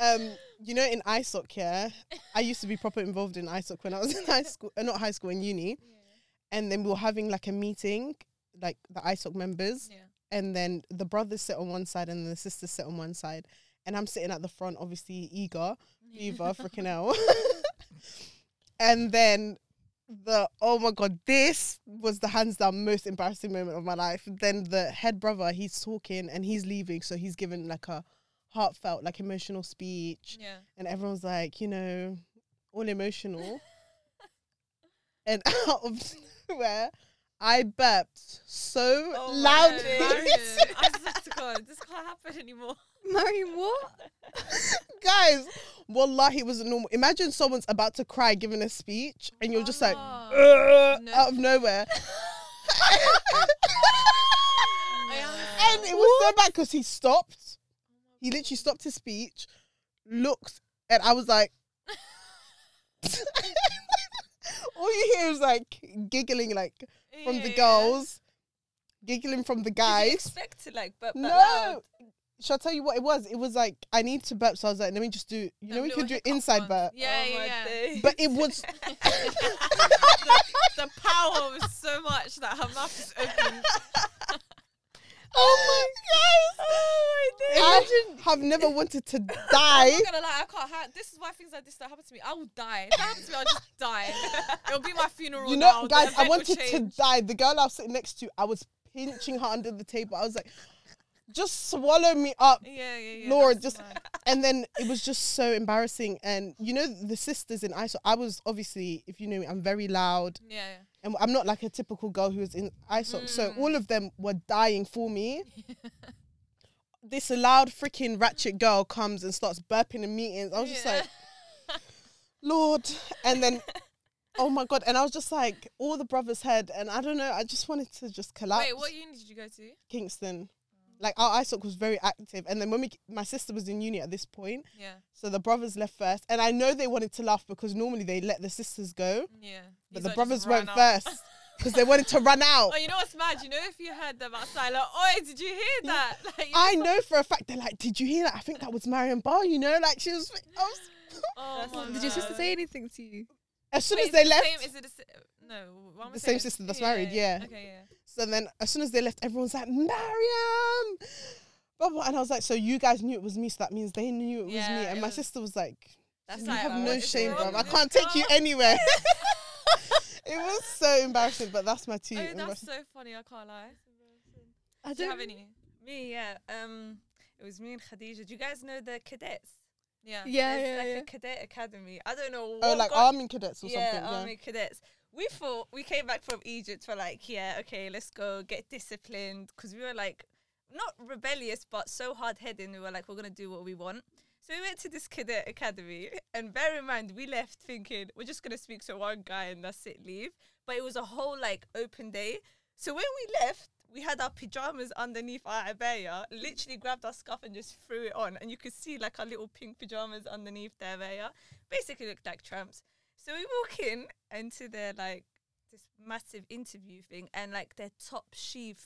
Speaker 1: um you know in isoc yeah i used to be proper involved in isoc when i was in high school uh, not high school in uni and then we were having like a meeting like the isoc members
Speaker 2: yeah.
Speaker 1: and then the brothers sit on one side and the sisters sit on one side and i'm sitting at the front obviously eager eager freaking out and then the oh my god this was the hands down most embarrassing moment of my life then the head brother he's talking and he's leaving so he's given like a heartfelt like emotional speech
Speaker 2: Yeah.
Speaker 1: and everyone's like you know all emotional and out of nowhere i burped so
Speaker 3: Oh my
Speaker 1: loud
Speaker 3: days.
Speaker 2: Marion, I swear to God, this can't happen anymore.
Speaker 4: Marion, what?
Speaker 1: guys wallahi it was normal imagine someone's about to cry giving a speech and you're just like
Speaker 2: Oh,
Speaker 1: "Ugh,"
Speaker 2: No.
Speaker 1: out of nowhere
Speaker 2: I am-
Speaker 1: and it was so bad because he stopped he literally stopped his speech looked and i was like all you hear is like giggling like from
Speaker 2: Yeah,
Speaker 1: the
Speaker 2: yeah.
Speaker 1: girls giggling from the
Speaker 3: Did you
Speaker 1: guys
Speaker 3: expect to like burp that loud?
Speaker 1: No. Shall I tell you what it was? It was like I need to burp, so I was like, let me just do. You know,
Speaker 2: Them
Speaker 1: we
Speaker 2: little
Speaker 1: could do
Speaker 2: hiccup
Speaker 1: inside
Speaker 2: ones.
Speaker 1: burp,
Speaker 2: Yeah,
Speaker 3: Oh my
Speaker 2: yeah, yeah.
Speaker 3: days.
Speaker 1: but it was
Speaker 2: The power was so much that her mouth is open.
Speaker 1: oh my
Speaker 2: Oh,
Speaker 1: gosh! Imagine I have never wanted to die.
Speaker 2: I'm not gonna lie, I can't. Ha- this is why things like this that happen to me, I will die. If that happens to me, I'll just die. It'll be my funeral.
Speaker 1: You know,
Speaker 2: now. The
Speaker 1: guys, I
Speaker 2: event will
Speaker 1: wanted to
Speaker 2: change.
Speaker 1: die. The girl I was sitting next to, I was pinching her under the table. I was like, just swallow me up.
Speaker 2: Yeah, yeah, yeah.
Speaker 1: Lord,
Speaker 2: that's
Speaker 1: just-
Speaker 2: mad.
Speaker 1: And then it was just so embarrassing. And you know, the sisters in ISO, I was obviously, if you knew me, I'm very loud.
Speaker 2: Yeah,
Speaker 1: And I'm not like a typical girl who was in ISO. So
Speaker 2: Mm.
Speaker 1: all of them were dying for me. This loud freaking ratchet girl comes and starts burping in meetings. I was just
Speaker 2: Yeah.
Speaker 1: like, Lord. And then, oh my God. And I was just like, all the brothers had, and I don't know, I just wanted to just collapse.
Speaker 2: Wait, what uni did you go to?
Speaker 1: Kingston. Like our ISOC was very active, and then when we, my sister was in uni at this point,
Speaker 2: Yeah,
Speaker 1: so the brothers left first, and I know they wanted to laugh because normally they let the sisters go,
Speaker 2: mm, yeah.
Speaker 1: but
Speaker 2: These lot
Speaker 1: the
Speaker 2: just
Speaker 1: brothers
Speaker 2: ran
Speaker 1: went
Speaker 2: out.
Speaker 1: first because they wanted to run out.
Speaker 2: Oh, you know what's mad? You know if you heard them outside, like, oh, did you hear that? Like, you
Speaker 1: I
Speaker 2: just-
Speaker 1: know for a fact they're like, "Did you hear that? I think that was Marion Barr." You know, like she was. I was
Speaker 2: Oh
Speaker 3: That's
Speaker 2: my
Speaker 3: mad.
Speaker 4: Did your sister
Speaker 2: God.
Speaker 4: say anything to you?
Speaker 1: as soon
Speaker 2: Wait,
Speaker 1: as
Speaker 2: is
Speaker 1: they
Speaker 2: it the
Speaker 1: left,
Speaker 2: same- is it the sa- no? what am I
Speaker 1: The same
Speaker 2: saying?
Speaker 1: sister that's married, yeah.
Speaker 2: Okay, yeah.
Speaker 1: so then as soon as they left, everyone's like, "Mariam." Blah, blah. And I was like, so you guys knew it was me, so that means they knew it was
Speaker 2: Yeah,
Speaker 1: me. And
Speaker 2: it
Speaker 1: my
Speaker 2: was-
Speaker 1: sister was like,
Speaker 3: That's
Speaker 1: You
Speaker 3: like
Speaker 1: have
Speaker 3: our-
Speaker 1: no
Speaker 2: oh, it's
Speaker 1: shame,
Speaker 2: wrong
Speaker 1: bro.
Speaker 2: with
Speaker 1: I
Speaker 2: this
Speaker 1: can't take you
Speaker 2: girl.
Speaker 1: anywhere. it was so embarrassing, but that's my two.
Speaker 2: Oh, that's
Speaker 1: embarrassing-
Speaker 2: so funny. I can't lie.
Speaker 4: I
Speaker 2: Do you
Speaker 4: don't.
Speaker 2: have any?
Speaker 3: Me, yeah. Um, it was me and Khadija. Do you guys know the cadets?
Speaker 2: Yeah.
Speaker 4: Yeah,
Speaker 3: There's
Speaker 4: yeah,
Speaker 3: like
Speaker 4: yeah.
Speaker 3: a cadet academy. I don't know.
Speaker 1: Oh,
Speaker 3: what
Speaker 1: like
Speaker 3: got-
Speaker 1: army cadets or
Speaker 3: yeah,
Speaker 1: something.
Speaker 3: army cadets. We thought we came back from Egypt. We're like, yeah, okay, let's go get disciplined because we were like, not rebellious, but so hard headed. We were like, we're gonna do what we want. So we went to this cadet academy, and bear in mind, we left thinking we're just gonna speak to one guy and that's it, leave. But it was a whole like open day. So when we left, we had our pajamas underneath our abaya, literally grabbed our scarf and just threw it on, and you could see like our little pink pajamas underneath the abaya. Basically, looked like tramps. So we walk in into their like this massive interview thing, and like their top chief,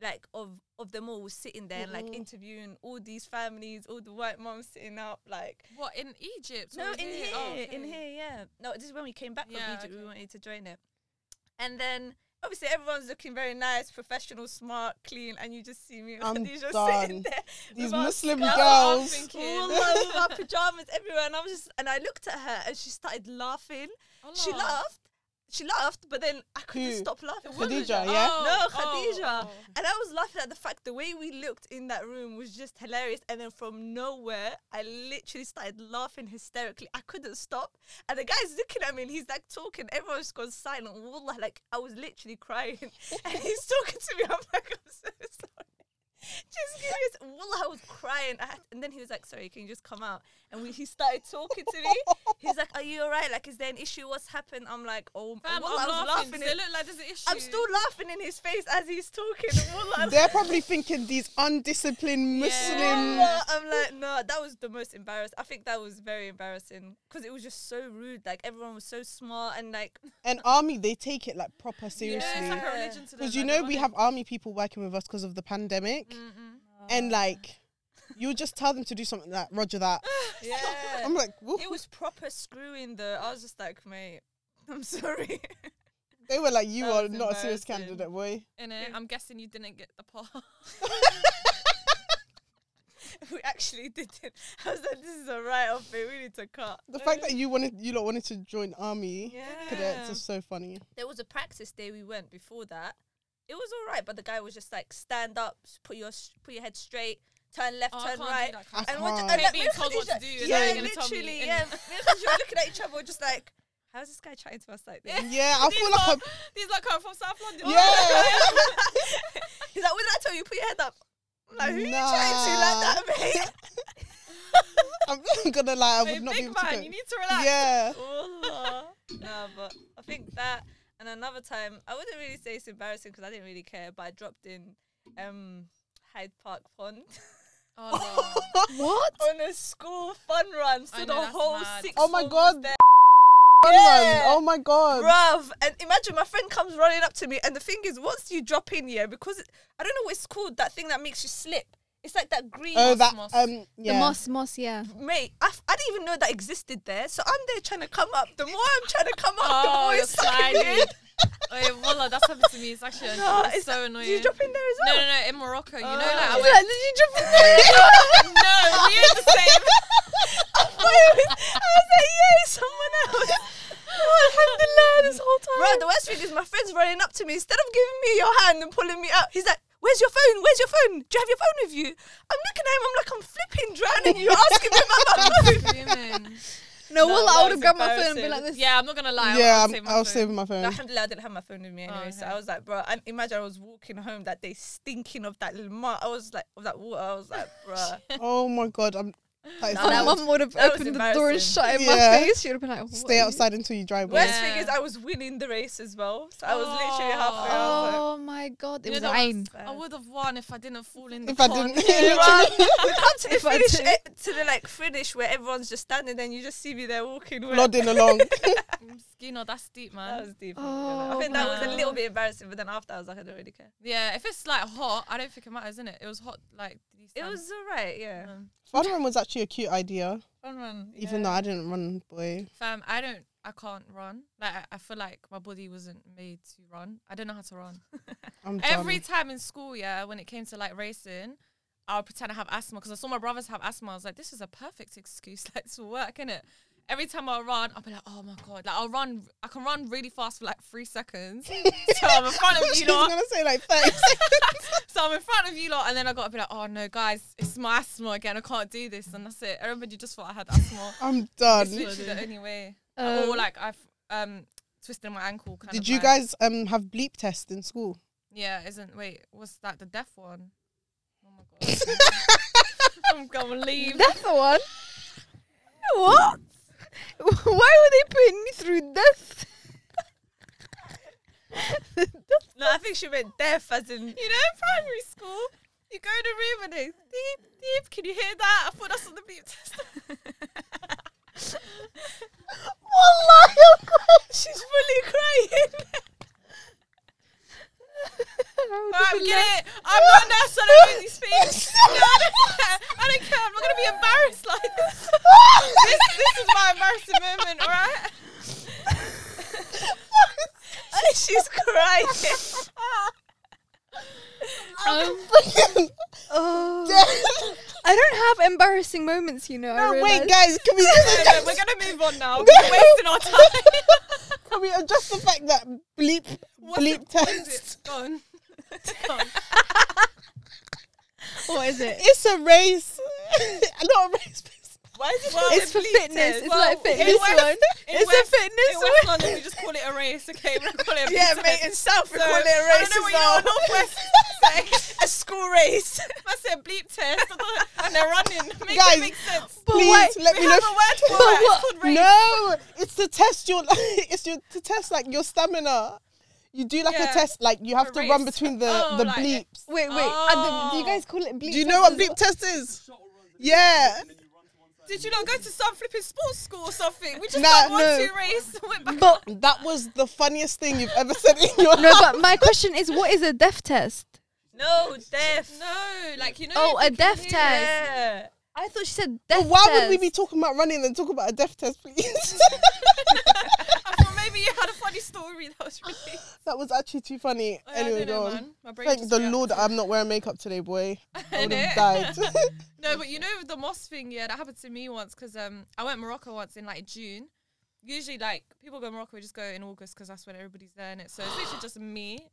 Speaker 3: like of of them all, was sitting there and like
Speaker 1: Mhm.
Speaker 3: interviewing all these families, all the white moms sitting up, like.
Speaker 2: What in Egypt?
Speaker 3: No,
Speaker 2: or
Speaker 3: in here,
Speaker 2: Oh,
Speaker 3: in
Speaker 2: okay.
Speaker 3: here, yeah. No, this is when we came back
Speaker 2: Yeah,
Speaker 3: from Egypt.
Speaker 2: okay.
Speaker 3: We wanted to join it, and then obviously everyone's looking very nice, professional, smart, clean, and you just see me and
Speaker 1: I'm
Speaker 3: Khadija
Speaker 1: done.
Speaker 3: sitting there
Speaker 1: These
Speaker 3: with our
Speaker 1: Muslim
Speaker 3: scarf
Speaker 2: I'm
Speaker 1: girls.
Speaker 2: thinking.
Speaker 3: all over with our pajamas everywhere, and I was just and I looked at her and she started laughing. She
Speaker 2: Allah.
Speaker 3: laughed, she laughed, but then I couldn't
Speaker 1: Who?
Speaker 3: stop laughing.
Speaker 2: The woman.
Speaker 1: Khadija, yeah?
Speaker 2: Oh,
Speaker 3: No,
Speaker 2: oh,
Speaker 3: Khadija.
Speaker 2: oh.
Speaker 3: And I was laughing at the fact the way we looked in that room was just hilarious. And then from nowhere, I literally started laughing hysterically. I couldn't stop. And the guy's looking at me and he's like talking. Everyone's gone silent. Wallah, like I was literally crying. and he's talking to me. I'm like, I'm so sorry. Just give me a s- Wallah, I was crying. I had, and then he was like, sorry, can you just come out? And we, he started talking to me. He's like, are you all right? Like, is there an issue? What's happened? I'm like, oh,
Speaker 2: Fam,
Speaker 3: wallah,
Speaker 2: I'm
Speaker 3: I
Speaker 2: laughing.
Speaker 3: was laughing.
Speaker 2: Does
Speaker 3: in-
Speaker 2: it look like there's an issue?
Speaker 3: I'm still laughing in his face as he's talking. Wallah, I'm
Speaker 1: They're probably thinking these undisciplined Muslim.
Speaker 2: Yeah.
Speaker 3: Wallah, I'm like, no, that was the most embarrassing. I think that was very embarrassing because it was just so rude. Like everyone was so smart and like
Speaker 1: And army, they take it like proper seriously.
Speaker 2: Yeah, it's like a
Speaker 3: Yeah.
Speaker 2: religion to them.
Speaker 1: Because you know we have army people working with us because of the pandemic,
Speaker 2: Mm-mm.
Speaker 1: and like, you just tell them to do something like Roger that.
Speaker 3: yeah,
Speaker 1: I'm like, woo.
Speaker 3: it was proper screwing. Though I was just like, mate, I'm sorry.
Speaker 1: they were like, you
Speaker 3: That
Speaker 1: are
Speaker 3: was
Speaker 1: not a serious
Speaker 3: embarrassing.
Speaker 1: candidate, boy.
Speaker 2: In it, I'm guessing you didn't get the part.
Speaker 3: we actually didn't. I was like, this is a write off. We need to cut.
Speaker 1: The fact that you wanted, you lot wanted to join army cadets
Speaker 3: Yeah.
Speaker 1: is so funny.
Speaker 3: there was a practice day we went before that. It was all right, but the guy was just like, stand up, s- put your s- put your head straight, turn left,
Speaker 2: Oh, I
Speaker 3: turn
Speaker 2: can't
Speaker 3: right.
Speaker 2: do that.
Speaker 1: I
Speaker 2: can't
Speaker 3: and we're
Speaker 1: can't.
Speaker 3: and
Speaker 2: They're
Speaker 3: like,
Speaker 2: being
Speaker 3: me and
Speaker 2: told what to
Speaker 3: Khadija-
Speaker 2: do, and
Speaker 3: yeah,
Speaker 2: then they're gonna tell me,
Speaker 3: literally,
Speaker 2: and-
Speaker 3: yeah. Me and Khadija were looking at each other, we're just like, how's this guy chatting to us like this?
Speaker 1: Yeah, I
Speaker 2: These
Speaker 1: feel like
Speaker 2: lot-
Speaker 1: I'm.
Speaker 2: These like come from South London.
Speaker 1: Yeah.
Speaker 3: He's like, what did I tell you? Put your head up. I'm like, who are you
Speaker 1: Nah.
Speaker 3: chatting to like that, mate?
Speaker 1: I'm not gonna lie, I
Speaker 2: Hey,
Speaker 1: would not be
Speaker 2: big
Speaker 1: able to.
Speaker 2: man,
Speaker 1: go.
Speaker 2: you need to relax.
Speaker 1: Yeah.
Speaker 3: Wallah. no, but I think that and another time I wouldn't really say it's embarrassing because I didn't really care, but I dropped in um Hyde Park Pond
Speaker 2: Oh, no.
Speaker 4: What?
Speaker 3: on a school fun run. So
Speaker 2: I
Speaker 3: the
Speaker 2: know, that's
Speaker 3: whole
Speaker 2: mad.
Speaker 3: six.
Speaker 1: Oh my
Speaker 3: form
Speaker 1: God.
Speaker 3: was there.
Speaker 1: Fun
Speaker 3: Yeah.
Speaker 1: one. Oh my god.
Speaker 3: Bruv, and imagine my friend comes running up to me, and the thing is, once you drop in, yeah, because it, I don't know what it's called, that thing that makes you slip. It's like that green
Speaker 1: Oh, that
Speaker 2: Moss, moss.
Speaker 1: um yeah.
Speaker 4: The moss, moss, yeah.
Speaker 3: mate, I, f- I didn't even know that existed there. So I'm there trying to come up. The more I'm trying to come up, the
Speaker 2: Oh,
Speaker 3: more
Speaker 2: you're
Speaker 3: it's sliding.
Speaker 2: sliding. Wait, Wallah, that's happened to me. It's actually
Speaker 3: No,
Speaker 2: it's
Speaker 3: it's-
Speaker 2: so
Speaker 3: Did
Speaker 2: annoying.
Speaker 3: you drop in there as
Speaker 2: no,
Speaker 3: well?
Speaker 2: no, no. In Morocco, you know, like, I
Speaker 3: Oh. She's
Speaker 2: went,
Speaker 4: Did you drop in
Speaker 2: no, we ain't the same.
Speaker 3: I was like, yay, someone else. Oh, alhamdulillah, this whole time. Bro, the worst thing is my friend's running up to me. Instead of giving me your hand and pulling me out, he's like, where's your phone? Where's your phone? Do you have your phone with you? I'm looking at him. I'm like, I'm flipping drowning. You're asking me about my phone.
Speaker 2: Women.
Speaker 3: No,
Speaker 4: No, well,
Speaker 3: that
Speaker 4: I would
Speaker 3: is
Speaker 4: have grabbed my phone and been like
Speaker 3: embarrassing.
Speaker 4: this.
Speaker 2: Yeah, I'm not gonna lie.
Speaker 1: yeah, um,
Speaker 2: I'll
Speaker 1: I'm,
Speaker 2: save my
Speaker 1: I'll save my
Speaker 2: phone.
Speaker 3: No,
Speaker 1: phone.
Speaker 3: alhamdulillah, I didn't have my phone with me anyway, so
Speaker 2: okay.
Speaker 3: I was like, bro. And imagine I was walking home that day, stinking of that little mud. I was like, of that water. I was like, bro.
Speaker 1: Oh my god, I'm. That is
Speaker 3: No,
Speaker 4: My
Speaker 3: that
Speaker 1: bad.
Speaker 3: was-
Speaker 4: mum would have
Speaker 3: that was
Speaker 4: opened the door and
Speaker 3: embarrassing.
Speaker 4: shut it in
Speaker 1: Yeah.
Speaker 4: my face. She would have been like, what
Speaker 1: Stay
Speaker 4: are you-
Speaker 1: outside until you dry away.
Speaker 3: Worst thing is,
Speaker 2: Yeah.
Speaker 3: I was winning the race as well, so I was literally
Speaker 2: Oh.
Speaker 3: halfway. I was
Speaker 4: Oh my god, it
Speaker 2: You
Speaker 4: was
Speaker 2: know that
Speaker 4: rain.
Speaker 3: like,
Speaker 2: I
Speaker 3: "Bad."
Speaker 2: would have won if I didn't fall in the
Speaker 1: If I
Speaker 2: pond.
Speaker 1: didn't-
Speaker 2: Yeah, right.
Speaker 3: Bruh, we come to the
Speaker 4: If I
Speaker 3: finish
Speaker 4: do-
Speaker 3: e- to the like finish where everyone's just standing, and you just see me there walking. wet.
Speaker 1: Nodding along.
Speaker 2: Skinner, that's deep, man.
Speaker 3: That was deep.
Speaker 4: Oh
Speaker 3: I think that was a
Speaker 2: my
Speaker 3: little
Speaker 4: God.
Speaker 3: bit embarrassing, but then after I was like, I don't really care.
Speaker 2: yeah, if it's like hot, I don't think it matters, innit? It was hot, like these
Speaker 3: It
Speaker 2: times.
Speaker 3: was alright, yeah.
Speaker 2: Um,
Speaker 1: Fun run was actually a cute idea,
Speaker 3: Fun run.
Speaker 1: even though I didn't run, boy.
Speaker 2: fam, I don't, I can't run. Like I, I feel like my body wasn't made to run. I don't know how to run.
Speaker 1: I'm
Speaker 2: Every
Speaker 1: done.
Speaker 2: time in school, yeah, when it came to like racing, I would pretend I have asthma because I saw my brothers have asthma. I was like, this is a perfect excuse like to work, innit? Every time I run, I'll be like, oh my god, like I'll run, I can run really fast for like three seconds. so I'm in front of you
Speaker 1: She's
Speaker 2: lot.
Speaker 1: gonna say like thanks.
Speaker 2: So I'm in front of you lot, and then I got to be like, oh no, guys, it's my asthma again. I can't do this, and that's it. Everybody just thought I had asthma.
Speaker 1: I'm
Speaker 2: it's
Speaker 1: done.
Speaker 2: literally the only way.
Speaker 4: Um,
Speaker 2: or like I've um twisted my ankle. Kind
Speaker 1: Did
Speaker 2: of
Speaker 1: you
Speaker 2: like-
Speaker 1: guys um have bleep test in school?
Speaker 2: Yeah, isn't wait, was that the deaf one? Oh my god. I'm gonna leave.
Speaker 4: That's the one. What? Why were they putting me through death?
Speaker 3: No, I think she went deaf as in.
Speaker 2: You know, in primary school, you go in a room and they deep, deep. Can you hear that? I thought that's on the bleep test.
Speaker 4: Wallahi, I'm crying.
Speaker 3: She's really crying.
Speaker 4: I would have
Speaker 2: Alright,
Speaker 4: been
Speaker 2: get it. I'm not a nurse. I don't know these things. No, I don't care. I don't care. I'm not gonna be embarrassed like this. this, this is my embarrassing moment, alright?
Speaker 3: She's crying.
Speaker 4: like, um, oh. I don't have embarrassing moments, you know. I
Speaker 1: No, wait,
Speaker 4: realised.
Speaker 1: guys, can we
Speaker 2: No, no, we're gonna move on now. We're wasting our time.
Speaker 1: can we address the fact that bleep
Speaker 2: What's
Speaker 1: bleep
Speaker 2: it- what is
Speaker 1: test?
Speaker 2: it? Go on. Go on.
Speaker 4: What is it?
Speaker 1: It's a race, not a race.
Speaker 3: Why is it
Speaker 2: Well,
Speaker 3: called
Speaker 4: It's
Speaker 3: a
Speaker 4: for
Speaker 3: bleep
Speaker 4: fitness.
Speaker 3: test?
Speaker 4: It's
Speaker 3: Well,
Speaker 4: like
Speaker 2: in
Speaker 4: fitness
Speaker 2: West-
Speaker 4: one.
Speaker 2: in
Speaker 4: It's
Speaker 2: West-
Speaker 4: a fitness
Speaker 2: In
Speaker 4: one.
Speaker 2: West London, we just call it a race, okay? We don't call it a
Speaker 3: yeah,
Speaker 2: beat
Speaker 3: mate.
Speaker 2: test.
Speaker 3: In South, we
Speaker 2: So,
Speaker 3: call it a
Speaker 2: I
Speaker 3: race.
Speaker 2: don't know what
Speaker 3: as
Speaker 2: y'all
Speaker 3: well.
Speaker 2: North West say.
Speaker 3: a school race.
Speaker 2: I said bleep test, I thought- and they're running. Make
Speaker 1: Guys,
Speaker 2: it make sense.
Speaker 4: But
Speaker 1: Please
Speaker 4: wait,
Speaker 1: let
Speaker 2: we
Speaker 1: me know.
Speaker 2: have a word for
Speaker 4: But
Speaker 2: it. It's
Speaker 4: what-
Speaker 2: called race.
Speaker 1: No, it's to test your. it's your to test like your stamina. You do like
Speaker 2: Yeah.
Speaker 1: a test, like you have
Speaker 2: A
Speaker 1: to
Speaker 2: race.
Speaker 1: run between the
Speaker 2: Oh,
Speaker 1: the
Speaker 2: like-
Speaker 1: bleeps.
Speaker 4: Wait, wait.
Speaker 2: Oh.
Speaker 4: uh, do you guys call it bleep?
Speaker 1: Do you know what
Speaker 4: test as
Speaker 1: bleep test is? Yeah.
Speaker 2: Did you not go to some flipping sports school or something? We just
Speaker 1: Nah,
Speaker 2: done one
Speaker 1: no.
Speaker 2: two race. Went back.
Speaker 1: But that was the funniest thing you've ever said in your
Speaker 4: well? No,
Speaker 1: life.
Speaker 4: but my question is, what is a deaf test?
Speaker 3: No, deaf.
Speaker 2: No, like you know.
Speaker 4: Oh,
Speaker 2: if
Speaker 4: a
Speaker 2: you can
Speaker 4: deaf
Speaker 2: hear-
Speaker 4: test.
Speaker 3: Yeah.
Speaker 4: I thought she said deaf
Speaker 1: Why
Speaker 4: test.
Speaker 1: would we be talking about running and talk about a deaf test, please?
Speaker 2: I thought maybe you had a funny story. That was really.
Speaker 1: that was actually too funny.
Speaker 2: Oh, yeah,
Speaker 1: anyway,
Speaker 2: I don't know,
Speaker 1: go on.
Speaker 2: man. My brain
Speaker 1: Thank
Speaker 2: just
Speaker 1: the
Speaker 2: reacted.
Speaker 1: Lord that I'm not wearing makeup today, boy. I would
Speaker 2: Innit?
Speaker 1: have died.
Speaker 2: No, but you know the moss thing, yeah, that happened to me once because um, I went Morocco once in like June. Usually, like people go to Morocco, we just go in August because that's when everybody's there in it. So it's literally just me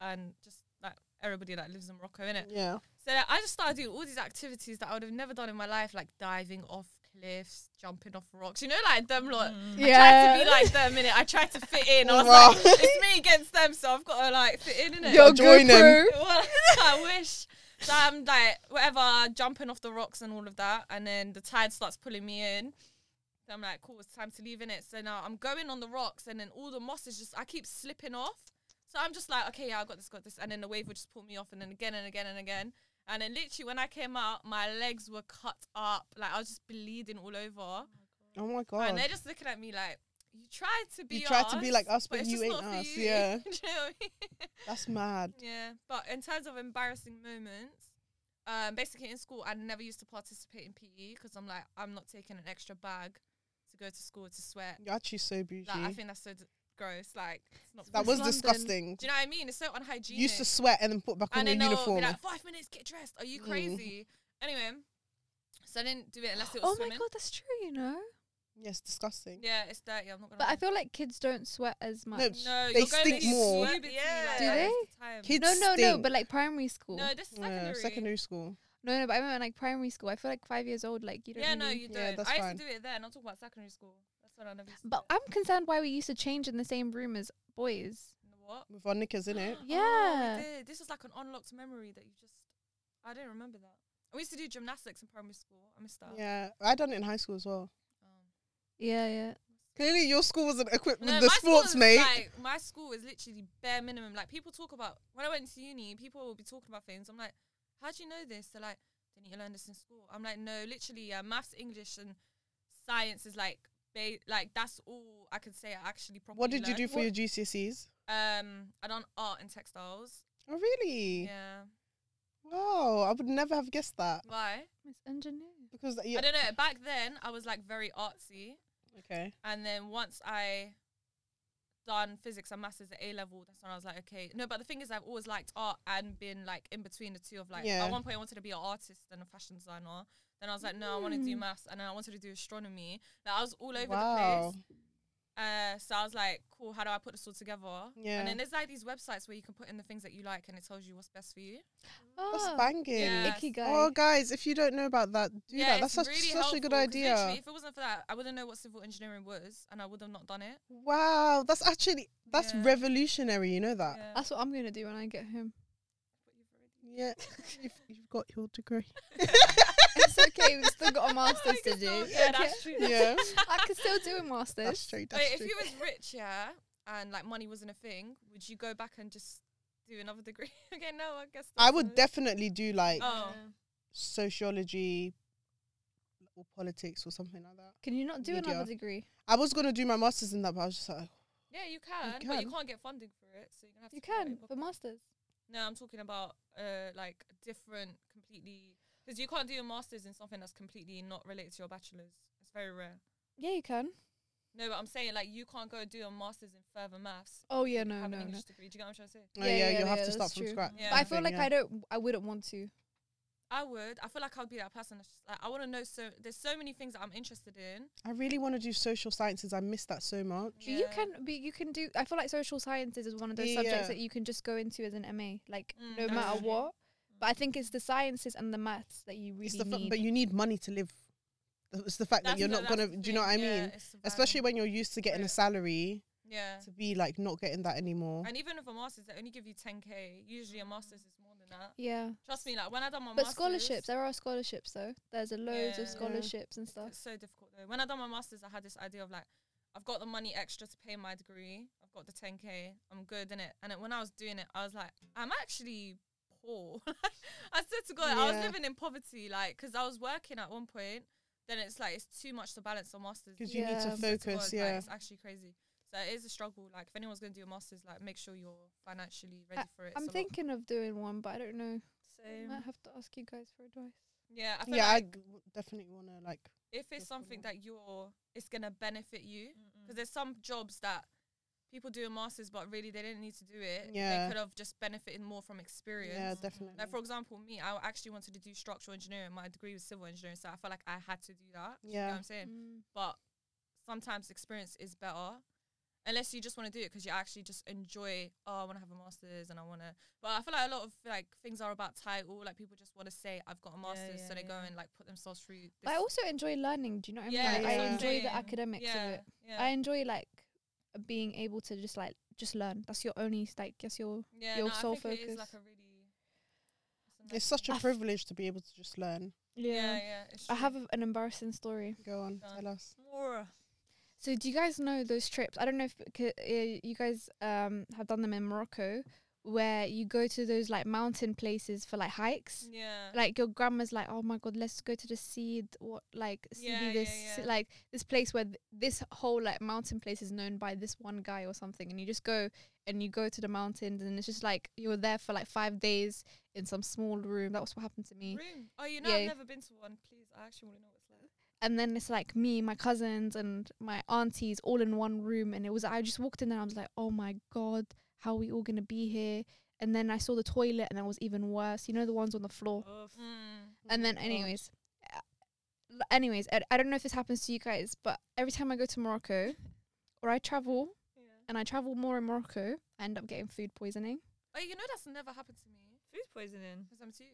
Speaker 2: and just like everybody that lives in Morocco in it.
Speaker 1: yeah.
Speaker 2: So like, I just started doing all these activities that I would have never done in my life, like diving off cliffs, jumping off rocks. You know, like them lot.
Speaker 4: Mm.
Speaker 2: I tried to be like them in it. I tried to fit in. I was like,
Speaker 1: Wow.
Speaker 2: it's me against them, so I've got to like fit in in it.
Speaker 4: Your
Speaker 1: I'll join in.
Speaker 4: GoPro.
Speaker 2: Well, I wish. So I'm like, whatever, jumping off the rocks and all of that. And then the tide starts pulling me in. So I'm like, cool, it's time to leave in it. So now I'm going on the rocks and then all the moss is just, I keep slipping off. So I'm just like, okay, yeah, I got this, got this. And then the wave would just pull me off and then again and again and again. And then literally when I came out, my legs were cut up. Like I was just bleeding all over.
Speaker 1: Oh my
Speaker 2: And
Speaker 1: god.
Speaker 2: they're just looking at me like, you tried to be
Speaker 1: You tried to be like us, but
Speaker 2: it's
Speaker 1: you
Speaker 2: just
Speaker 1: ain't
Speaker 2: not for
Speaker 1: us."
Speaker 2: you."
Speaker 1: Yeah.
Speaker 2: Do you know what I mean?
Speaker 1: That's mad.
Speaker 2: Yeah, but in terms of embarrassing moments, um, basically in school, I never used to participate in PE because I'm like, I'm not taking an extra bag to go to school to sweat.
Speaker 1: You're actually so bougie.
Speaker 2: Like, I think that's so d- gross. Like, it's not.
Speaker 1: that
Speaker 4: Miss
Speaker 1: was
Speaker 4: London.
Speaker 1: disgusting.
Speaker 2: Do you know what I mean? It's so unhygienic.
Speaker 1: used to sweat and then put back on
Speaker 2: and
Speaker 1: your
Speaker 2: then they'll
Speaker 1: uniform.
Speaker 2: be like, five minutes, get dressed. Are you
Speaker 1: Mm.
Speaker 2: crazy? Anyway, so I didn't do it unless it was
Speaker 4: Oh my
Speaker 2: swimming.
Speaker 4: god, that's true. You know.
Speaker 1: Yes, disgusting.
Speaker 2: Yeah, it's dirty. I'm not gonna.
Speaker 4: But I
Speaker 2: lie.
Speaker 4: feel like kids don't sweat as much.
Speaker 2: no,
Speaker 1: They
Speaker 2: you're going
Speaker 1: stink
Speaker 2: into
Speaker 1: more.
Speaker 2: puberty,
Speaker 3: Yeah.
Speaker 2: like,
Speaker 4: Do
Speaker 2: that
Speaker 4: they?
Speaker 2: is the time.
Speaker 1: Kids
Speaker 4: no, no, no.
Speaker 1: stink.
Speaker 4: But like primary school.
Speaker 2: No, this is
Speaker 1: Yeah,
Speaker 2: secondary.
Speaker 1: secondary school.
Speaker 4: No, no, but I remember in, like primary school. I feel like five years old, like you don't.
Speaker 2: Yeah, no,
Speaker 4: really-
Speaker 2: you don't.
Speaker 1: Yeah, that's
Speaker 2: I used
Speaker 1: fine.
Speaker 2: to do it there. Not talking about secondary school. That's what I never. Used to
Speaker 4: But
Speaker 2: do.
Speaker 4: I'm concerned why we used to change in the same room as boys.
Speaker 2: what?
Speaker 1: With our knickers in it.
Speaker 2: Oh, we
Speaker 4: Yeah.
Speaker 2: did. This is like an unlocked memory that you just. I don't remember that. And we used to do gymnastics in primary school. I missed that.
Speaker 1: Yeah, I done it in high school as well.
Speaker 2: Um,
Speaker 4: Yeah, yeah.
Speaker 1: Clearly, your school wasn't equipped
Speaker 2: no,
Speaker 1: with the
Speaker 2: my school
Speaker 1: sports,
Speaker 2: is,
Speaker 1: mate.
Speaker 2: Like, my school is literally bare minimum. Like people talk about when I went to uni, people will be talking about things. I'm like, how do you know this? They're like, didn't you learn this in school? I'm like, no, literally, uh, maths, English, and science is like, ba- like that's all I can say. I actually properly.
Speaker 1: what did you do
Speaker 2: learned.
Speaker 1: for your GCSEs?
Speaker 2: Um, I done art and textiles.
Speaker 1: Oh, really?
Speaker 2: Yeah.
Speaker 1: Wow, I would never have guessed that
Speaker 2: Why?
Speaker 4: Miss engineer.
Speaker 1: because you,
Speaker 2: I don't know. Back then, I was like very artsy,
Speaker 1: okay.
Speaker 2: and then once I done physics and masters at A level, that's when I was like, okay, no. But the thing is, I've always liked art and been like in between the two of like.
Speaker 1: Yeah.
Speaker 2: At one point, I wanted to be an artist and a fashion designer. Then I was like, no, I want to do
Speaker 4: Mm.
Speaker 2: maths, and then I wanted to do astronomy. Like I was all over the
Speaker 1: wow.
Speaker 2: place. Uh, so I was like, cool. How do I put this all together?
Speaker 1: Yeah.
Speaker 2: And then there's like these websites where you can put in the things that you like, and it tells you what's best for you.
Speaker 1: That's
Speaker 4: Oh,
Speaker 1: banging.
Speaker 2: Yeah.
Speaker 4: Ikigai.
Speaker 1: Oh, guys, if you don't know about that, do that. That's
Speaker 2: it's
Speaker 1: such,
Speaker 2: really
Speaker 1: such a good
Speaker 2: helpful, 'cause literally,
Speaker 1: idea.
Speaker 2: If it wasn't for that, I wouldn't know what civil engineering was, and I would have not done it.
Speaker 1: Wow, that's actually that's
Speaker 2: Yeah.
Speaker 1: revolutionary. You know that?
Speaker 2: Yeah.
Speaker 4: That's what I'm gonna do when I get home.
Speaker 1: Yeah, you've, you've got your degree.
Speaker 4: It's okay. We've still got a masters to do.
Speaker 2: Yeah, that's true.
Speaker 1: yeah,
Speaker 4: I can still do a masters.
Speaker 1: that's true. That's
Speaker 2: Wait, if
Speaker 1: true.
Speaker 2: you was rich, yeah, and like money wasn't a thing, would you go back and just do another degree? okay, no, I guess.
Speaker 1: I
Speaker 2: that's
Speaker 1: would
Speaker 2: a-
Speaker 1: definitely do like
Speaker 2: Oh.
Speaker 1: sociology or politics or something like that.
Speaker 4: Can you not do
Speaker 1: Media.
Speaker 4: another degree?
Speaker 1: I was gonna do my masters in that, but I was just like, oh,
Speaker 2: Yeah, you can, but you
Speaker 1: can.
Speaker 2: can't get funding for it, so you're gonna have to.
Speaker 4: You
Speaker 2: pay out
Speaker 4: can
Speaker 2: of your
Speaker 4: for
Speaker 2: pocket.
Speaker 4: masters.
Speaker 2: No, I'm talking about uh like different, completely because you can't do a masters in something that's completely not related to your bachelor's. It's very rare.
Speaker 4: Yeah, you can.
Speaker 2: No, but I'm saying like you can't go do a masters in further maths.
Speaker 4: Oh yeah,
Speaker 2: if you
Speaker 4: no,
Speaker 2: have
Speaker 4: no,
Speaker 2: an
Speaker 4: no.
Speaker 2: English degree. Do you get what I'm trying to say?
Speaker 1: oh
Speaker 4: Yeah,
Speaker 1: yeah,
Speaker 4: yeah,
Speaker 1: you'll have
Speaker 4: yeah,
Speaker 1: to start
Speaker 4: that's
Speaker 1: from
Speaker 4: true.
Speaker 1: scratch.
Speaker 2: Yeah.
Speaker 4: But I feel
Speaker 1: thing,
Speaker 4: like
Speaker 1: yeah.
Speaker 4: I don't. I wouldn't want to.
Speaker 2: I would. I feel like I'd be that person. That's just like I want to know. So there's so many things that I'm interested in.
Speaker 1: I really want to do social sciences. I miss that so much.
Speaker 4: But You can be. You can do. I feel like social sciences is one of those
Speaker 1: Yeah.
Speaker 4: subjects that you can just go into as an MA, like
Speaker 2: Mm,
Speaker 4: no Mm. matter
Speaker 2: absolutely.
Speaker 4: what. But I think it's the sciences and the maths that you really
Speaker 1: It's the fa-
Speaker 4: need.
Speaker 1: but you need money to live. It's the fact that you're
Speaker 2: the-
Speaker 1: not gonna.
Speaker 2: the
Speaker 1: Do you know what I
Speaker 2: thing,
Speaker 1: mean?
Speaker 2: yeah, it's survival.
Speaker 1: Especially when you're used to getting
Speaker 2: Yeah.
Speaker 1: a salary
Speaker 2: yeah.
Speaker 1: to be like not getting that anymore.
Speaker 2: And even with a master's, they only give you 10k. Usually a master's is more than that.
Speaker 4: yeah,
Speaker 2: Trust me, like when I done my
Speaker 4: but
Speaker 2: master's,
Speaker 4: scholarships. There are scholarships though. There's a loads
Speaker 2: Yeah.
Speaker 4: of scholarships and stuff.
Speaker 2: It's so difficult though. When I done my master's, I had this idea of like, I've got the money extra to pay my degree. I've got the 10k. I'm good in it. And then when I was doing it, I was like, I'm actually poor. I said to God, I was
Speaker 1: Yeah.
Speaker 2: living in poverty, like, because I was working at one point. Then it's like it's too much to balance a master's.
Speaker 1: Because you need to
Speaker 4: Yeah.
Speaker 2: said to
Speaker 1: focus.
Speaker 2: God, like,
Speaker 1: yeah.
Speaker 2: it's actually crazy. So it is a struggle. Like if anyone's gonna do a masters, like make sure you're financially ready for it. It's
Speaker 4: I'm
Speaker 2: a lot.
Speaker 4: thinking of doing one, but I don't know. I
Speaker 3: Same.
Speaker 4: might have to ask you guys for advice.
Speaker 2: Yeah, I feel
Speaker 1: yeah, I
Speaker 2: like
Speaker 1: g- w- definitely want to like.
Speaker 2: if
Speaker 1: Just
Speaker 2: it's
Speaker 1: for
Speaker 2: something
Speaker 1: now.
Speaker 2: that you're, it's gonna benefit you. Because
Speaker 1: Mm.
Speaker 3: Mm-mm.
Speaker 2: there's some jobs that people do a masters, but really they didn't need to do it.
Speaker 1: Yeah.
Speaker 2: they could have just benefited more from experience.
Speaker 1: Yeah,
Speaker 3: Mhm.
Speaker 1: definitely.
Speaker 2: Like for example, me, I actually wanted to do structural engineering. My degree was civil engineering, so I felt like I had to do that. Do you know
Speaker 1: Yeah.
Speaker 2: what I'm saying.
Speaker 4: Mm.
Speaker 2: But sometimes experience is better. Unless you just want to do it because you actually just enjoy. Oh, I want to have a master's and I want to. But I feel like a lot of like things are about title. Like people just want to say I've got a
Speaker 3: Yeah,
Speaker 2: master's, so
Speaker 3: yeah,
Speaker 2: they go
Speaker 3: yeah.
Speaker 2: and like put themselves through.
Speaker 4: But I also enjoy learning. Do you know what I mean?
Speaker 2: Yeah,
Speaker 4: Like, I
Speaker 1: yeah.
Speaker 4: enjoy
Speaker 2: Same.
Speaker 4: the academics
Speaker 2: yeah,
Speaker 4: of it.
Speaker 2: Yeah,
Speaker 4: I enjoy like being able to just like just learn. That's your only like. That's your
Speaker 2: yeah,
Speaker 4: your
Speaker 2: no, I
Speaker 4: sole
Speaker 2: think It is like
Speaker 4: focus.
Speaker 2: a really. a
Speaker 1: It's
Speaker 2: nice
Speaker 1: such a
Speaker 4: I f-
Speaker 1: privilege to be able to just learn.
Speaker 2: thing. Yeah, yeah. it's
Speaker 4: I
Speaker 2: true.
Speaker 4: have a, an embarrassing story.
Speaker 1: Go on,
Speaker 2: Go on.
Speaker 1: tell us.
Speaker 3: More.
Speaker 4: So do you guys know those trips? I don't know if c- uh, you guys um have done them in Morocco, where you go to those like mountain places for like hikes.
Speaker 2: Yeah.
Speaker 4: Like your grandma's like, oh my god, let's go to the seed what like see
Speaker 2: Yeah, yeah,
Speaker 4: this
Speaker 2: yeah.
Speaker 4: like this place where th- this whole like mountain place is known by this one guy or something, and you just go and you go to the mountains, and it's just like you're there for like five days in some small room. That was what happened to me.
Speaker 2: room. Oh, you know,
Speaker 4: Yeah.
Speaker 2: I've never been to one. Please, I actually want to know what it's like.
Speaker 4: and then it's like me, my cousins, and my aunties all in one room. And it was I just walked in there. I was like, oh my god, how are we all gonna be here? And then I saw the toilet, and that was even worse. You know the ones on the floor.
Speaker 3: Oof.
Speaker 2: Mm.
Speaker 4: And then,
Speaker 1: Oh my God.
Speaker 4: anyways, uh, l- anyways, I, I don't know if this happens to you guys, but every time I go to Morocco or I travel and I travel more in Morocco, I end up getting food poisoning.
Speaker 2: Oh, you know that's never happened to me
Speaker 3: Food poisoning.
Speaker 2: because I'm too.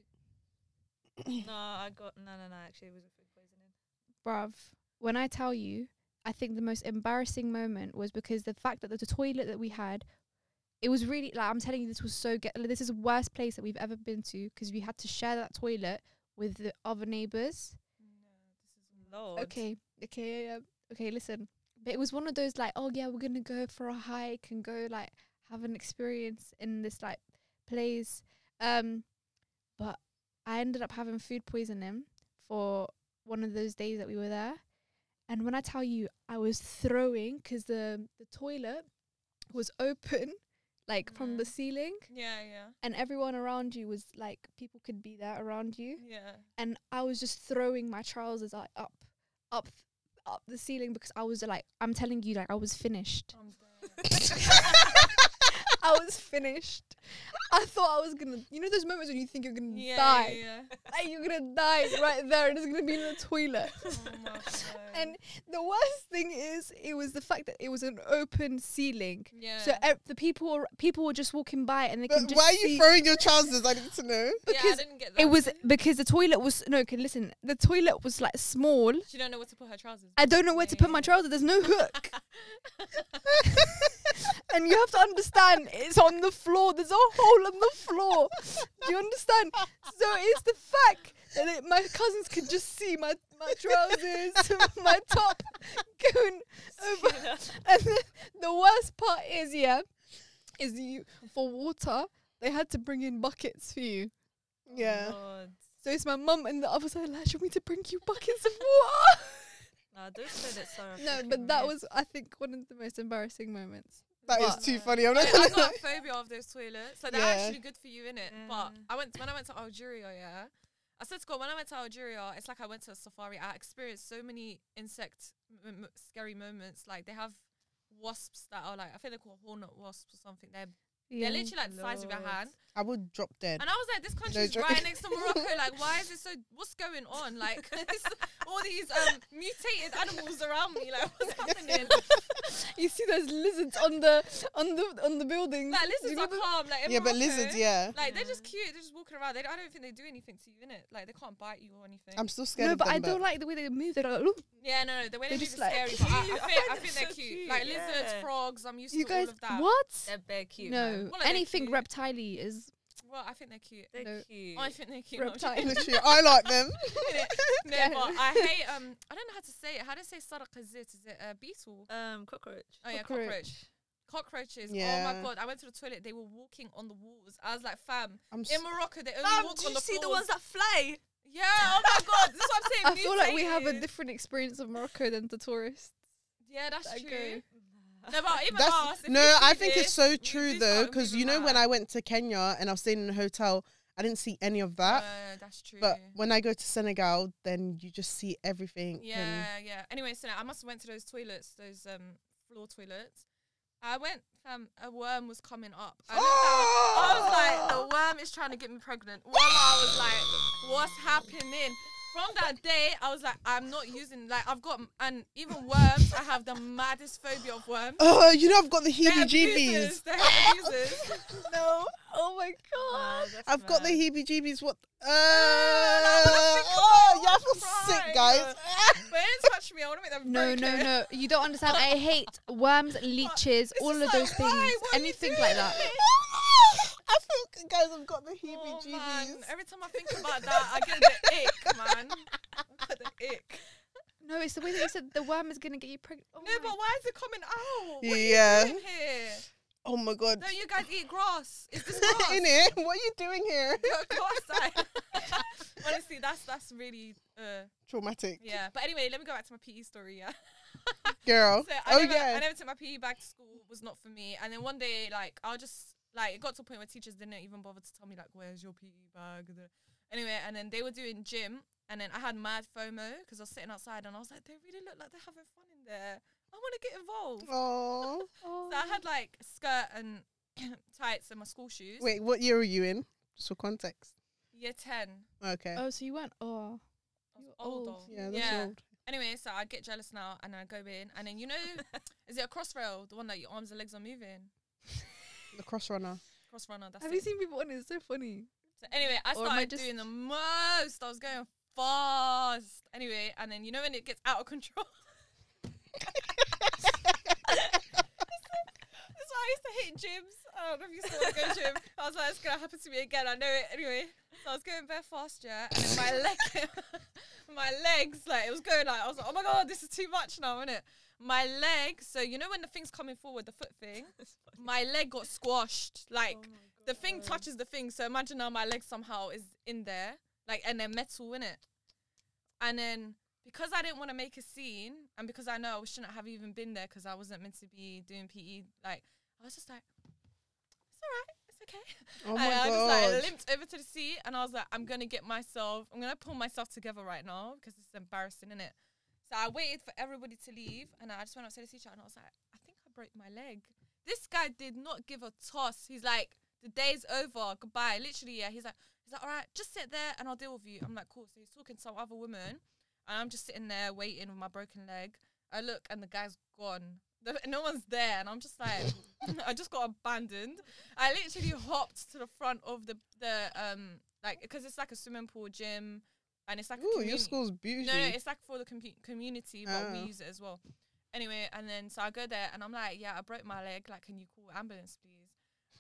Speaker 3: no, I got no, no, no. Actually, it wasn't food poisoning.
Speaker 4: Bruv, when I tell you, I think the most embarrassing moment was because the fact that the toilet that we had, it was really like I'm telling you, this was so get. like, This is the worst place that we've ever been to because we had to share that toilet with the other neighbors.
Speaker 3: Lord.
Speaker 4: Okay, okay, yeah, yeah. okay. Listen, but it was one of those like, oh yeah, we're gonna go for a hike and go like have an experience in this like place. Um, but I ended up having food poisoning for one of those days that we were there, and when I tell you, I was throwing because the the toilet was open, like from the
Speaker 2: Mhm.
Speaker 4: ceiling,
Speaker 2: Yeah, yeah,
Speaker 4: and everyone around you was like, people could be there around you
Speaker 2: yeah.
Speaker 4: and I was just throwing my trousers like up, up, up the ceiling because I was like, I'm telling you, like I was finished.
Speaker 2: I'm
Speaker 1: Oh.
Speaker 4: I was finished. I thought I was gonna, you know, those moments when you think you're gonna
Speaker 2: yeah,
Speaker 4: die,
Speaker 2: yeah.
Speaker 4: like you're gonna die right there, and it's gonna be in the toilet.
Speaker 2: Oh my god.
Speaker 4: And the worst thing is, it was the fact that it was an open ceiling.
Speaker 2: yeah.
Speaker 4: So ev- the people, were, people were just walking by, and they
Speaker 1: But
Speaker 4: can just
Speaker 1: why are you
Speaker 4: see-
Speaker 1: throwing your trousers? I need to know.
Speaker 2: yeah, I
Speaker 4: because
Speaker 2: didn't get that.
Speaker 4: It was because the toilet was no. Okay, listen, the toilet was like small,
Speaker 2: She don't know where to put her trousers.
Speaker 4: I don't know where to put my trousers. There's no hook. and you have to understand, it's on the floor. There's a hole on the floor. Do you understand? So it's the fact that it, my cousins could just see my, my trousers, my top going over. And the, the worst part is, yeah, is you for water, they had to bring in buckets for you.
Speaker 1: Yeah.
Speaker 3: Lord.
Speaker 4: So it's my mum and the other side like, "Do you want me to bring you buckets of water?
Speaker 3: No, those toilets are. a
Speaker 4: No,
Speaker 3: freaking
Speaker 4: but that
Speaker 3: mess.
Speaker 4: was, I think, one of the most embarrassing moments.
Speaker 1: That is
Speaker 4: But-
Speaker 1: too funny. I'm not
Speaker 2: I,
Speaker 1: gonna lie.
Speaker 2: have got a phobia of those toilets. Like they're
Speaker 1: Yeah.
Speaker 2: actually good for you, innit? But I went when I went to Algeria, yeah. I said to God, when I went to Algeria, it's like I went to a safari. I experienced so many insect m- m- scary moments. Like they have wasps that are like I think they're called hornet wasps or something. They're they're literally like the size of your
Speaker 3: Lord.
Speaker 2: hand.
Speaker 1: I would drop dead.
Speaker 2: And I was like, this country's
Speaker 1: joke.
Speaker 2: right next to Morocco. Like, why is it so? What's going on? Like, it's all these um, mutated animals around me. Like, what's happening?
Speaker 4: You see those lizards on the on the on the buildings.
Speaker 2: Like,
Speaker 4: Do you
Speaker 2: lizards are
Speaker 4: remember-
Speaker 2: calm. Like, in
Speaker 1: Yeah, but
Speaker 2: Morocco,
Speaker 1: lizards, yeah.
Speaker 2: Like, they're just cute. They're just walking around. They don't, I don't think they do anything to you, innit? Like, they can't bite you or anything.
Speaker 1: I'm still scared
Speaker 4: No,
Speaker 1: of
Speaker 4: but
Speaker 1: them,
Speaker 4: I don't like the way they move. They're like, look.
Speaker 2: yeah, no, no. The way they move
Speaker 4: They're just
Speaker 2: is
Speaker 4: like-
Speaker 2: scary. But I, I
Speaker 3: Cute. I
Speaker 2: think, I
Speaker 3: find
Speaker 2: think
Speaker 3: them
Speaker 2: they're
Speaker 3: so
Speaker 2: cute.
Speaker 3: cute,
Speaker 2: Like, lizards,
Speaker 3: yeah.
Speaker 2: frogs. I'm used
Speaker 4: You
Speaker 2: to all
Speaker 4: guys,
Speaker 2: of that.
Speaker 4: what?
Speaker 3: They're bare cute. man.
Speaker 4: No,
Speaker 2: Well, they're
Speaker 4: anything
Speaker 2: cute.
Speaker 4: reptile is
Speaker 2: Well, I think they're cute.
Speaker 3: They're
Speaker 4: No.
Speaker 3: cute.
Speaker 2: I think they're cute. I'm joking.
Speaker 4: reptile.
Speaker 1: Literally, I like them.
Speaker 2: No,
Speaker 4: Yeah.
Speaker 2: but I hate. Um, I don't know how to say it. How do you say sarqazit? Is it a beetle?
Speaker 3: Um, cockroach.
Speaker 2: Oh yeah,
Speaker 4: Cockroach.
Speaker 2: cockroach. Cockroaches. Oh
Speaker 1: Yeah.
Speaker 2: my god! I went to the toilet. They were walking on the walls. I was like, "Fam,
Speaker 1: I'm s-
Speaker 2: in Morocco they only walk on the floors."
Speaker 3: that fly?
Speaker 2: yeah. Oh my god! This is what I'm
Speaker 4: I
Speaker 2: saying.
Speaker 4: feel like we have a
Speaker 2: mutated.
Speaker 4: different experience of Morocco than the tourists.
Speaker 2: Yeah, that's
Speaker 4: that
Speaker 2: true.
Speaker 4: go.
Speaker 2: No, but even us,
Speaker 1: That's,
Speaker 2: if
Speaker 1: no,
Speaker 2: we
Speaker 1: I
Speaker 2: see
Speaker 1: think it's
Speaker 2: this,
Speaker 1: so
Speaker 2: we
Speaker 1: true
Speaker 2: do
Speaker 1: though,
Speaker 2: start
Speaker 1: because
Speaker 2: moving
Speaker 1: you know when
Speaker 2: mad.
Speaker 1: I went to Kenya and I was staying in a hotel, I didn't see any of that.
Speaker 2: No, that's true.
Speaker 1: But when I go to Senegal, then you just see everything.
Speaker 2: Yeah, yeah. Anyway, so I must have went to those toilets, those um floor toilets. I went, um, a worm was coming up. I looked
Speaker 1: Ah!
Speaker 2: down, I was like, the worm is trying to get me pregnant. Well, I was like, what's happening? From that day, I was like, I'm not using, like, I've got, and even worms, I have the maddest phobia of worms.
Speaker 1: Oh, you know I've got the
Speaker 2: They're
Speaker 1: heebie-jeebies.
Speaker 2: abusers, They're abusers.
Speaker 4: No. Oh my
Speaker 3: Wow,
Speaker 4: god.
Speaker 3: that's
Speaker 1: I've got the
Speaker 3: mad.
Speaker 1: heebie-jeebies. What? Uh,
Speaker 2: no,
Speaker 1: oh, yeah, I feel
Speaker 2: crying.
Speaker 1: sick, guys.
Speaker 2: But don't touch me. I want to make them
Speaker 4: No, no,
Speaker 2: pregnant.
Speaker 4: no. You don't understand. I hate worms, leeches,
Speaker 2: This
Speaker 4: all
Speaker 2: is
Speaker 4: of
Speaker 2: like,
Speaker 4: those
Speaker 2: why?
Speaker 4: things.
Speaker 2: Why are you
Speaker 4: Anything
Speaker 2: doing
Speaker 4: like that.
Speaker 2: it?
Speaker 1: I feel, guys, I've got the
Speaker 2: Oh,
Speaker 1: heebie-jeebies.
Speaker 2: man. Every time I think about that, I get the ick, man. I get the ick.
Speaker 4: No, it's the way that you said the worm is gonna get you pregnant. Oh
Speaker 2: No,
Speaker 4: my
Speaker 2: but why is it coming out? What are
Speaker 1: yeah.
Speaker 2: you doing here?
Speaker 1: Oh my god.
Speaker 2: Don't you guys eat grass? Is this grass?
Speaker 1: In it. What are you doing here?
Speaker 2: grass I- Honestly, that's that's really uh
Speaker 1: Traumatic.
Speaker 2: yeah. But anyway, let me go back to my PE story. Yeah.
Speaker 1: Girl.
Speaker 2: So I
Speaker 1: oh
Speaker 2: never,
Speaker 1: yeah.
Speaker 2: I never took my PE back to school. It was not for me. And then one day, like, I'll just like it got to a point where teachers didn't even bother to tell me like, "Where's your PE bag?" The- Anyway, and then they were doing gym, and then I had mad FOMO because I was sitting outside, and I was like, "They really look like they're having fun in there. I want to get involved."
Speaker 1: Oh.
Speaker 4: Oh.
Speaker 2: So I had like a skirt and tights and my school shoes.
Speaker 1: Wait, what year are you in? Just for context.
Speaker 2: Year ten.
Speaker 1: Okay.
Speaker 4: Oh, so you went. Oh.
Speaker 2: I was
Speaker 4: You're
Speaker 2: older.
Speaker 4: old.
Speaker 1: Yeah, that's
Speaker 2: Yeah.
Speaker 1: old.
Speaker 2: Anyway, so I get jealous now and I go in. And then, you know, is it a cross rail? The one that your arms and legs are moving?
Speaker 1: The cross runner.
Speaker 2: Cross runner, that's
Speaker 4: Have
Speaker 2: it.
Speaker 4: you seen people on it? It's so funny.
Speaker 2: So anyway, I
Speaker 4: Or am I
Speaker 2: started
Speaker 4: just-
Speaker 2: doing the most. I was going fast. Anyway, and then you know when it gets out of control. That's why I used to hit gyms. I don't know if you still go to gym. I was like, it's gonna happen to me again. I know it anyway. So I was going bare fast, yeah, and then my leg, my legs, like it was going like I was like, oh my god, this is too much now, isn't it? My leg. So you know when the thing's coming forward, the foot thing. My leg got squashed. Like the thing touches the thing. So imagine now my leg somehow is in there, like, and they're metal in it. And then because I didn't want to make a scene, and because I know I shouldn't have even been there because I wasn't meant to be doing PE, like, I was just like, it's all right, it's okay.
Speaker 1: Oh my
Speaker 2: and I
Speaker 1: god.
Speaker 2: just like limped over to the seat, and I was like, I'm gonna get myself, I'm gonna pull myself together right now because this is embarrassing, isn't it? So I waited for everybody to leave, and I just went up to the teacher, and I was like, I think I broke my leg. This guy did not give a toss. He's like, the day's over, goodbye. Literally, yeah. He's like, he's like, all right, just sit there, and I'll deal with you. I'm like, cool. So he's talking to some other woman, and I'm just sitting there waiting with my broken leg. I look, and the guy's gone. The- No one's there, and I'm just like, I just got abandoned. I literally hopped to the front of the the um like because it's like a swimming pool gym, and it's like a
Speaker 1: Ooh, your
Speaker 2: community-
Speaker 1: school's beauty.
Speaker 2: no, no, it's like for the compu- community, but we
Speaker 1: Oh.
Speaker 2: use it as well. Anyway, and then so I go there and I'm like, yeah, I broke my leg. Like, can you call ambulance, please?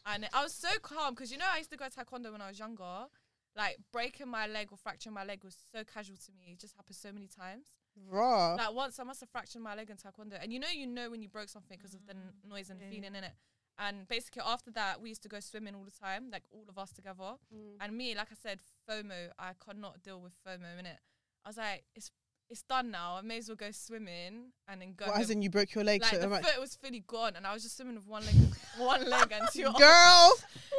Speaker 2: And I was so calm because you know I used to go taekwondo when I was younger. Like breaking my leg or fracturing my leg was so casual to me. It just happened so many times.
Speaker 1: Raw.
Speaker 2: Like once I must have fractured my leg in taekwondo, and you know, you know when you broke something because of the n-
Speaker 1: Mm,
Speaker 2: noise and
Speaker 3: yeah.
Speaker 2: feeling in it. And basically after that, we used to go swimming all the time, like all of us together.
Speaker 1: Mm.
Speaker 2: And me, like I said, FOMO, I could not deal with FOMO in it. I was like, it's it's done now. I may as well go swimming and then go.
Speaker 1: Well, as
Speaker 2: home.
Speaker 1: in you broke your leg.
Speaker 2: like
Speaker 1: so
Speaker 2: the
Speaker 1: I'm like,
Speaker 2: foot was fully gone, and I was just swimming with one leg, one leg and two. arms.
Speaker 1: girl,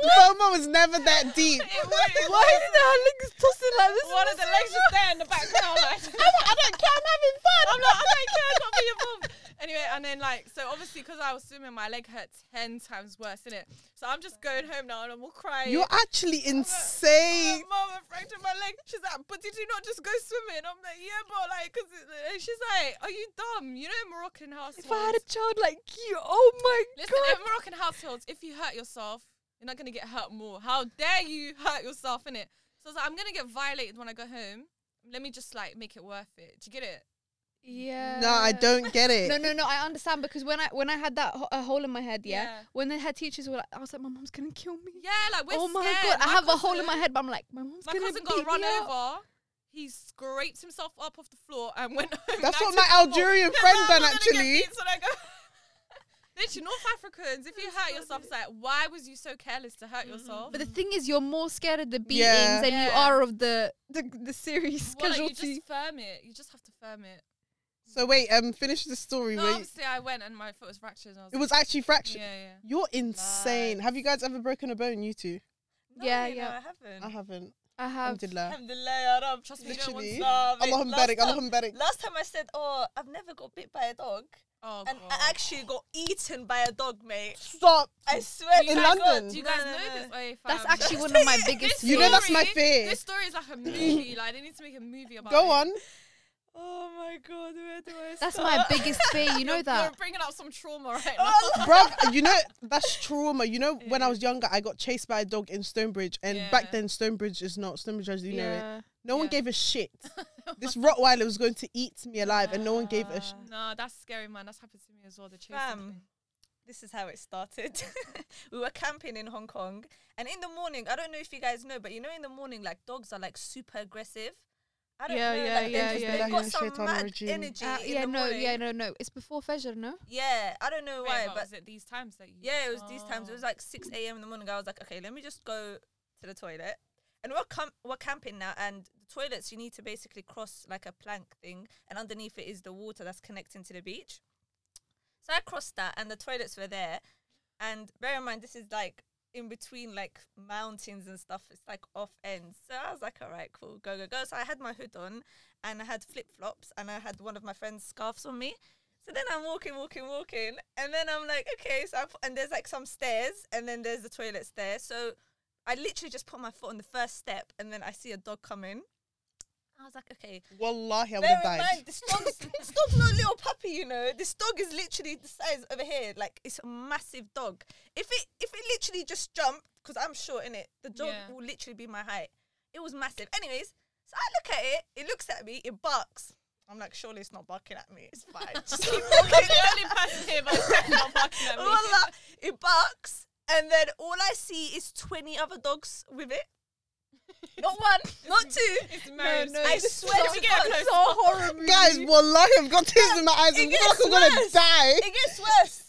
Speaker 1: the FOMO was never that deep.
Speaker 2: It wa- it
Speaker 4: Why
Speaker 2: was-
Speaker 4: is there her legs tossing like this?
Speaker 2: One of the legs just there in the background. Like, I don't care. I'm having fun. I'm like, I don't care. I've got to be involved. Anyway, and then like, so obviously because I was swimming, my leg hurt ten times worse, innit? So I'm just going home now, and I'm all crying.
Speaker 1: You're actually insane.
Speaker 2: Mom, I fractured my leg. She's like, but did you not just go swimming? I'm like, yeah, but like, cause it, and she's like, are you dumb? You know, in Moroccan households.
Speaker 4: If I had a child like you, oh my
Speaker 2: Listen,
Speaker 4: god.
Speaker 2: in Moroccan households, if you hurt yourself, you're not gonna get hurt more. How dare you hurt yourself in it? So I was like, I'm gonna get violated when I go home. Let me just like make it worth it. Do you get it? Oh,
Speaker 4: Yeah.
Speaker 1: No, I don't get it.
Speaker 4: No, no, no. I understand because when I when I had that ho- a hole in my head, yeah.
Speaker 2: Yeah.
Speaker 4: When then her teachers were like, I was like, my mom's gonna kill me.
Speaker 2: Yeah, like we're
Speaker 4: oh my god,
Speaker 2: scared.
Speaker 4: I have a hole in
Speaker 2: cousin-
Speaker 4: my head, but I'm like, my mom's
Speaker 2: My
Speaker 4: gonna
Speaker 2: cousin
Speaker 4: beat
Speaker 2: got run
Speaker 4: me up.
Speaker 2: over. He scraped himself up off the floor and went. home
Speaker 1: That's
Speaker 2: like
Speaker 1: what
Speaker 2: to
Speaker 1: my
Speaker 2: the floor.
Speaker 1: Algerian
Speaker 2: Yeah,
Speaker 1: friend
Speaker 2: but I'm
Speaker 1: done
Speaker 2: not gonna get
Speaker 1: actually.
Speaker 2: beat, so they go- Literally, North Africans, if you hurt yourself, it's like, why was you so careless to hurt yourself?
Speaker 4: Mm-hmm. But the thing is, you're more scared of the beatings
Speaker 1: Yeah.
Speaker 4: than you
Speaker 2: Yeah.
Speaker 4: are of the the, the serious
Speaker 2: Well, like, you
Speaker 4: casualty.
Speaker 2: just firm it. You just have to firm it.
Speaker 1: So wait, um, finish the story.
Speaker 2: No,
Speaker 1: where you-
Speaker 2: obviously, I went and my foot was fractured. And I was
Speaker 1: it
Speaker 2: like,
Speaker 1: was actually fractured.
Speaker 2: Yeah, yeah.
Speaker 1: You're insane. Have you guys ever broken a bone? You two?
Speaker 4: Yeah, Uh-huh.
Speaker 3: no,
Speaker 4: yeah.
Speaker 3: I
Speaker 1: I
Speaker 3: haven't.
Speaker 1: haven't.
Speaker 4: I have.
Speaker 1: Alhamdulillah.
Speaker 3: Alhamdulillah, Arab.
Speaker 2: Trust me, you don't want
Speaker 1: Literally.
Speaker 3: Nah, mate,
Speaker 1: Allahumma
Speaker 3: last
Speaker 1: barik.
Speaker 3: time-
Speaker 1: Allahumma barik.
Speaker 3: Last time I said, oh, I've never got bit by a dog,
Speaker 2: Oh,
Speaker 3: and
Speaker 2: God.
Speaker 3: I actually got eaten by a dog, mate.
Speaker 1: Stop.
Speaker 3: I swear
Speaker 2: Do
Speaker 1: in
Speaker 2: you
Speaker 3: to
Speaker 2: guys-
Speaker 1: London.
Speaker 2: Do you
Speaker 3: No,
Speaker 2: guys
Speaker 3: no,
Speaker 2: know
Speaker 3: no.
Speaker 2: this? Oh, yeah,
Speaker 4: That's
Speaker 2: fam.
Speaker 4: actually one of my biggest.
Speaker 2: This
Speaker 1: You know that's my
Speaker 2: story-
Speaker 1: fear.
Speaker 2: This story is like a movie. like, they need to make a movie about
Speaker 1: Go
Speaker 2: it.
Speaker 1: on.
Speaker 3: Oh my god, where do I
Speaker 4: That's
Speaker 3: start?
Speaker 4: my biggest fear. You know
Speaker 2: You're-
Speaker 4: that.
Speaker 2: You're bringing up some trauma right now.
Speaker 3: Oh,
Speaker 1: Bruv, you know that's trauma. You know when I was younger, I got chased by a dog in Stonebridge, and back
Speaker 2: Yeah.
Speaker 1: then Stonebridge is not Stonebridge as you know it. No one
Speaker 2: Yeah.
Speaker 1: gave a shit. this Rottweiler was going to eat me alive, and no one gave a. Sh-
Speaker 3: Nah.
Speaker 2: No, that's scary, man. That's happened to me as well. The chasing
Speaker 3: Fam.
Speaker 2: thing.
Speaker 3: this is how it started. we were camping in Hong Kong, and in the morning, I don't know if you guys know, but you know, in the morning, like dogs are like super aggressive. I don't
Speaker 4: Yeah,
Speaker 3: know,
Speaker 4: yeah,
Speaker 3: like,
Speaker 4: yeah,
Speaker 3: they just,
Speaker 4: yeah,
Speaker 3: they've
Speaker 1: yeah.
Speaker 3: got
Speaker 1: Yeah,
Speaker 3: some
Speaker 1: shaitan
Speaker 3: mad
Speaker 1: regime.
Speaker 3: energy.
Speaker 4: Uh,
Speaker 3: in
Speaker 4: yeah,
Speaker 3: the
Speaker 4: no,
Speaker 3: morning.
Speaker 4: yeah, no, no. It's before Fajr, no?
Speaker 3: Yeah, I don't know
Speaker 2: Wait,
Speaker 3: why,
Speaker 2: but
Speaker 3: but
Speaker 2: was it these times that you?
Speaker 3: yeah, it was these times. It was
Speaker 2: Oh.
Speaker 3: like six a.m. in the morning. I was like, okay, let me just go to the toilet. And we're com- we're camping now, and the toilets you need to basically cross like a plank thing, and underneath it is the water that's connecting to the beach. So I crossed that, and the toilets were there. And bear in mind, this is like in between like mountains and stuff. It's like off ends. So I was like, all right, cool, go go go. So I had my hood on, and I had flip flops, and I had one of my friend's scarves on me. So then I'm walking, walking, walking, and then I'm like, okay, so I put, and there's like some stairs, and then there's the toilets there. So I literally just put my foot on the first step, and then I see a dog come in. I was like, okay.
Speaker 1: Wallahi, I would
Speaker 3: Bear
Speaker 1: have
Speaker 3: in
Speaker 1: died.
Speaker 3: mind, this dog's, this dog's not a little puppy, you know. This dog is literally the size over here. Like, it's a massive dog. If it if it literally just jumped, because I'm short in it, the dog
Speaker 2: Yeah.
Speaker 3: will literally be my height. It was massive. Anyways, so I look at it, it looks at me, it barks. I'm like, surely it's not barking at me. It's fine. Just keep
Speaker 2: I'm
Speaker 3: walking.
Speaker 2: the only person here, but it's definitely not barking at me.
Speaker 3: Wallah, it barks, and then all I see is 20 other dogs with it. Not one, not two.
Speaker 2: It's Mary's
Speaker 3: I swear
Speaker 2: Let
Speaker 3: to
Speaker 2: me get a
Speaker 3: God,
Speaker 2: close
Speaker 3: so horrible.
Speaker 1: Guys, wallahi, I've got tears in my eyes. I feel
Speaker 3: It
Speaker 1: like I'm
Speaker 3: gets
Speaker 1: gonna
Speaker 3: worse.
Speaker 1: die.
Speaker 3: It gets worse.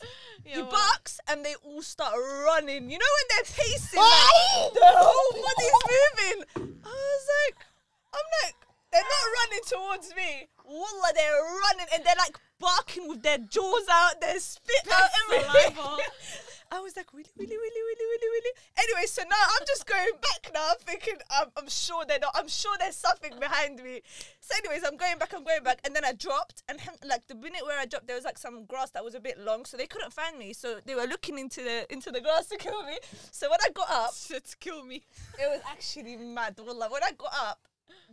Speaker 2: Yeah,
Speaker 3: he
Speaker 2: well,
Speaker 3: barks, and they all start running. You know when they're pacing,
Speaker 1: Oh!
Speaker 3: like, the whole body's moving. I was like, I'm like, they're not running towards me. Wallah, they're running, and they're like barking with their jaws out, their spit out, everything.
Speaker 2: saliva.
Speaker 3: I was like, willy, willy, willy, willy, willy, willy. Anyway, so now I'm just going back now, thinking I'm, I'm sure they're not. I'm sure there's something behind me. So, anyways, I'm going back. I'm going back, and then I dropped, and hem- like the minute where I dropped, there was like some grass that was a bit long, so they couldn't find me. So they were looking into the into the grass to kill me. So when I got up,
Speaker 2: to to kill me.
Speaker 3: it was actually mad. Wallah. When I got up,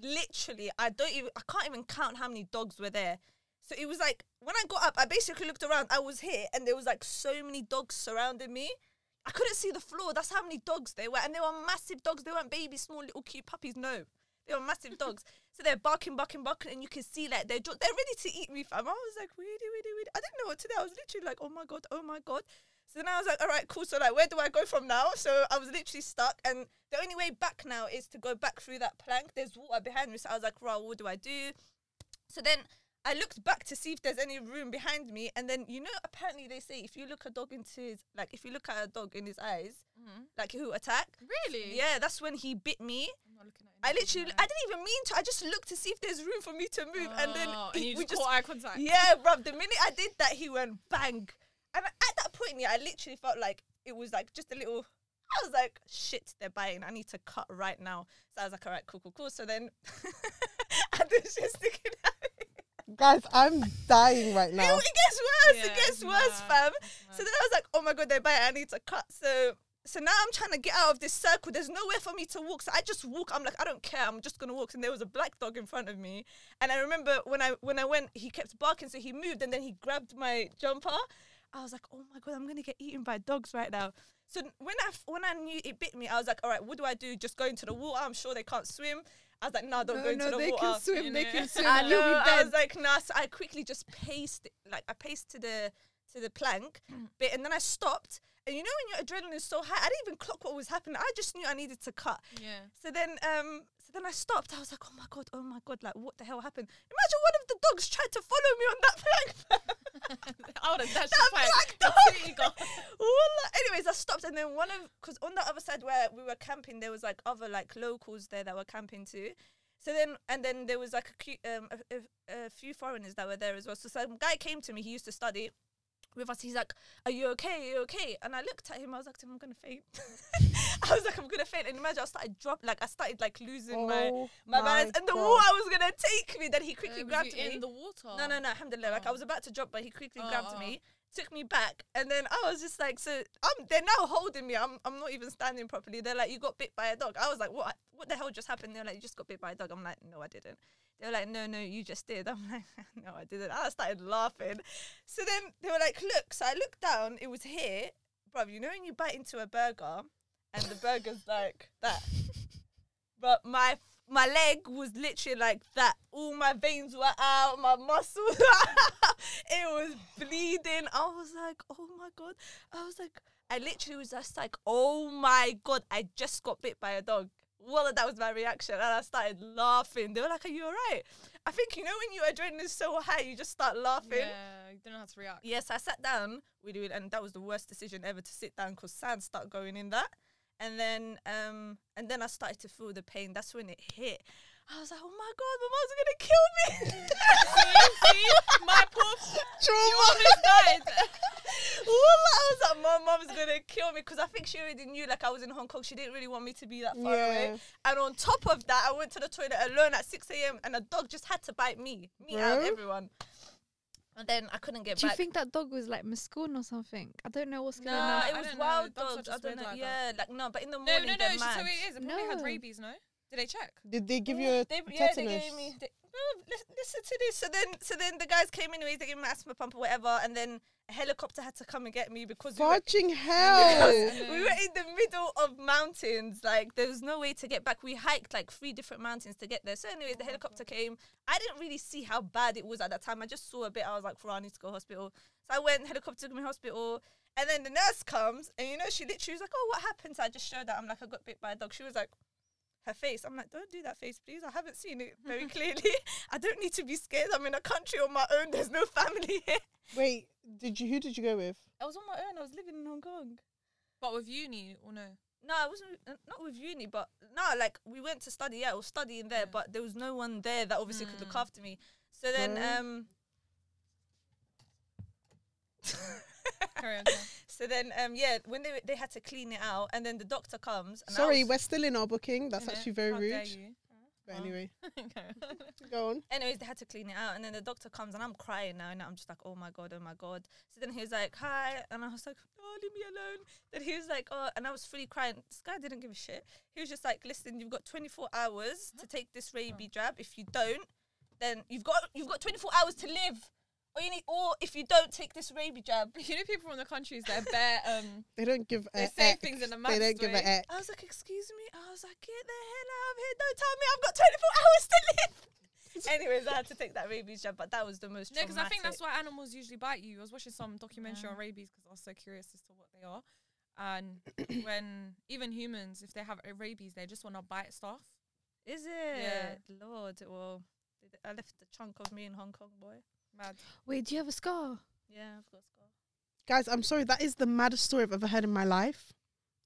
Speaker 3: literally, I don't even, I can't even count how many dogs were there. So it was like when I got up, I basically looked around. I was here, and there was like so many dogs surrounding me. I couldn't see the floor. That's how many dogs they were, and they were massive dogs. They weren't baby, small, little cute puppies. No, they were massive dogs. So they're barking, barking, barking, and you can see like they're jo- they're ready to eat me. Fam, I was like, really, really, really. I didn't know what to do. I was literally like, oh my god, oh my god. So then I was like, all right, cool. So like, where do I go from now? So I was literally stuck, and the only way back now is to go back through that plank. There's water behind me, so I was like, right, what do I do? So then I looked back to see if there's any room behind me, and then you know, apparently they say if you look a dog into his like, if you look at a dog in his eyes,
Speaker 4: Mm-hmm.
Speaker 3: like he'll attack.
Speaker 2: Really?
Speaker 3: Yeah, that's when he bit me.
Speaker 2: I'm not looking at it
Speaker 3: I
Speaker 2: now,
Speaker 3: literally,
Speaker 2: no.
Speaker 3: I didn't even mean to. I just looked to see if there's room for me to move, and then
Speaker 2: Oh,
Speaker 3: it-
Speaker 2: and you
Speaker 3: we
Speaker 2: just caught eye contact.
Speaker 3: yeah, bruv. The minute I did that, he went bang. And I- at that point, yeah, I literally felt like it was like just a little. I was like, shit, they're biting. I need to cut right now. So I was like, all right, cool, cool, cool. So then, I was just sticking out.
Speaker 1: Guys, I'm dying right
Speaker 3: It,
Speaker 1: now.
Speaker 3: it gets worse.
Speaker 2: Yeah,
Speaker 3: it gets
Speaker 2: it's
Speaker 3: worse,
Speaker 2: mad.
Speaker 3: fam.
Speaker 2: It's
Speaker 3: So
Speaker 2: mad.
Speaker 3: then I was like, oh my god, they're biting. I need to cut. So. So now I'm trying to get out of this circle. There's nowhere for me to walk. So I just walk. I'm like, I don't care. I'm just gonna walk. And there was a black dog in front of me. And I remember when I when I went, he kept barking, so he moved and then he grabbed my jumper. I was like, oh my god, I'm gonna get eaten by dogs right now. So n- when I f- when I knew it bit me, I was like, all right, what do I do? Just go into the water. I'm sure they can't swim. I was like, no, don't go
Speaker 4: No,
Speaker 3: into
Speaker 4: no,
Speaker 3: the
Speaker 4: they
Speaker 3: water.
Speaker 4: can swim. They
Speaker 2: innit?
Speaker 4: can swim.
Speaker 3: I
Speaker 4: and You'll be
Speaker 3: know. I
Speaker 4: dead.
Speaker 3: was like, nah. So I quickly just paced, it- like I paced to the to the plank bit, and then I stopped. And you know when your adrenaline is so high, I didn't even clock what was happening. I just knew I needed to cut.
Speaker 2: Yeah.
Speaker 3: So then, um, so then I stopped. I was like, oh my god, oh my god, like what the hell happened? Imagine one of the dogs tried to follow me on that plank.
Speaker 2: I would have dashed
Speaker 3: That
Speaker 2: the fight.
Speaker 3: black
Speaker 2: That's
Speaker 3: dog.
Speaker 2: it, you got-
Speaker 3: Wallah. Anyways, I stopped, and then one of because on the other side where we were camping, there was like other like locals there that were camping too. So then, and then there was like a, cute, um, a, a, a few foreigners that were there as well. So some guy came to me. He used to study with us. He's like, "Are you okay? Are you okay?" And I looked at him. I was like, to him, "I'm gonna faint." I was like, "I'm gonna faint." And imagine I started drop like I started like losing my
Speaker 1: Oh
Speaker 3: my, balance, and the
Speaker 1: God.
Speaker 3: water was gonna take me. Then he
Speaker 2: Uh,
Speaker 3: quickly
Speaker 2: was
Speaker 3: grabbed
Speaker 2: you
Speaker 3: me.
Speaker 2: in the water.
Speaker 3: No, no, no, alhamdulillah. Like I
Speaker 2: Oh.
Speaker 3: was about to drop, but he quickly
Speaker 2: Oh,
Speaker 3: grabbed
Speaker 2: oh.
Speaker 3: me, took me back, and then I was just like, so I'm they're now holding me. I'm I'm not even standing properly. They're like, You got bit by a dog. I was like, What what the hell just happened? They're like, You just got bit by a dog. I'm like, No, I didn't. They were like, No, no, you just did. I'm like, No, I didn't. I started laughing. So then they were like, Look, so I looked down, it was here. Bruv, you know when you bite into a burger and the burger's like that. But my my leg was literally like that. All my veins were out, my muscles were out. It was bleeding. I was like, oh my god. I was like, I literally was just like, oh my god, I just got bit by a dog. Well, that was my reaction, and I started laughing. They were like, "Are you alright?" I think you know when your adrenaline is so high, you just start laughing.
Speaker 2: Yeah, you don't know how to react.
Speaker 3: Yes, I sat down. We do it, and that was the worst decision ever to sit down because sand started going in that, and then um and then I started to feel the pain. That's when it hit. I was like, oh my god, my mom's gonna kill me.
Speaker 2: See? My poor
Speaker 1: Trauma.
Speaker 2: died.
Speaker 3: Wallah, I was like, my mom's gonna kill me because I think she already knew like I was in Hong Kong. She didn't really want me to be that far away.
Speaker 1: Yeah.
Speaker 3: And on top of that, I went to the toilet alone at 6 a.m. and a dog just had to bite me, me out,
Speaker 1: Bruh.
Speaker 3: everyone. And then I couldn't get
Speaker 4: Do you
Speaker 3: back.
Speaker 4: think that dog was like miscooling or something? I don't know what's going
Speaker 2: No,
Speaker 3: Nah,
Speaker 4: on.
Speaker 2: I
Speaker 3: it was
Speaker 2: don't know.
Speaker 3: wild
Speaker 2: Dogs are
Speaker 3: dogs. I
Speaker 2: just
Speaker 3: don't
Speaker 2: weird
Speaker 3: know.
Speaker 2: like that.
Speaker 3: yeah, like no, but in the
Speaker 2: No,
Speaker 3: morning
Speaker 2: no, no.
Speaker 3: they're
Speaker 2: She, so
Speaker 3: mad.
Speaker 2: it is. It probably had
Speaker 4: No.
Speaker 2: rabies, no?
Speaker 3: Did they check?
Speaker 1: Did they give you a
Speaker 3: They, yeah,
Speaker 1: tetanus?
Speaker 3: they gave me. They, no, lis- listen to this. So then, so then the guys came anyways. They gave me an asthma pump or whatever, and then a helicopter had to come and get me because we were,
Speaker 1: Fudging hell.
Speaker 3: we were in the middle of mountains. Like there was no way to get back. We hiked like three different mountains to get there. So anyway, the helicopter came. I didn't really see how bad it was at that time. I just saw a bit. I was like, "Well, I need to go hospital." So I went. Helicopter took me hospital. And then the nurse comes, and you know, she literally was like, "Oh, what happened?" So I just showed that I'm like, I got bit by a dog. She was like, her face. I'm like, don't do that face, please. I haven't seen it very clearly. I don't need to be scared. I'm in a country on my own. There's no family here.
Speaker 1: Wait, did you? Who did you go with?
Speaker 3: I was on my own. I was living in Hong Kong.
Speaker 2: But with uni or no?
Speaker 3: No, I wasn't. uh, Not with uni, but no, like we went to study. Yeah, I was studying there,
Speaker 2: Yeah.
Speaker 3: but there was no one there that obviously could look
Speaker 2: Mm.
Speaker 3: after me. So then,
Speaker 1: Mm.
Speaker 3: um,
Speaker 2: Carry on.
Speaker 3: so then, um, yeah, when they they had to clean it out, and then the doctor comes. And I
Speaker 1: Sorry,
Speaker 3: was-
Speaker 1: we're still in our booking. That's
Speaker 2: Innit?
Speaker 1: actually very
Speaker 2: How
Speaker 1: rude.
Speaker 2: Dare you?
Speaker 1: But
Speaker 3: Well.
Speaker 1: anyway,
Speaker 2: Carry on.
Speaker 1: go on.
Speaker 3: Anyways, they had to clean it out, and then the doctor comes, and I'm crying now, and I'm just like, oh my god, oh my god. So then he was like, hi, and I was like, oh, leave me alone. Then he was like, oh, and I was fully crying. This guy didn't give a shit. He was just like, listen, you've got 24 hours to take this
Speaker 2: Oh.
Speaker 3: rabies jab. If you don't, then you've got you've got 24 hours to live, or you need, or if you don't take this rabies jab.
Speaker 2: you know people from the countries that are bare um
Speaker 1: They don't give.
Speaker 2: they
Speaker 1: a
Speaker 2: say
Speaker 1: eck.
Speaker 2: things in a
Speaker 1: They
Speaker 2: man's
Speaker 1: don't give
Speaker 2: way.
Speaker 1: a eck.
Speaker 3: I was like, excuse me. I was like, get the hell out of here. Don't tell me I've got 24 hours to live. Anyways, I had to take that rabies jab, but that was the most.
Speaker 2: No, because I think that's
Speaker 3: traumatic-
Speaker 2: why animals usually bite you. I was watching some documentary on rabies because I was so curious as to what they are. And when even humans, if they have uh, rabies, they just want to bite stuff.
Speaker 3: Is it?
Speaker 2: Yeah.
Speaker 3: Lord, well, th- I left a chunk of me in Hong Kong, boy.
Speaker 2: Mad.
Speaker 4: Wait, do you have a scar?
Speaker 3: Yeah, I've got a scar.
Speaker 1: Guys, I'm sorry. That is the maddest story I've ever heard in my life.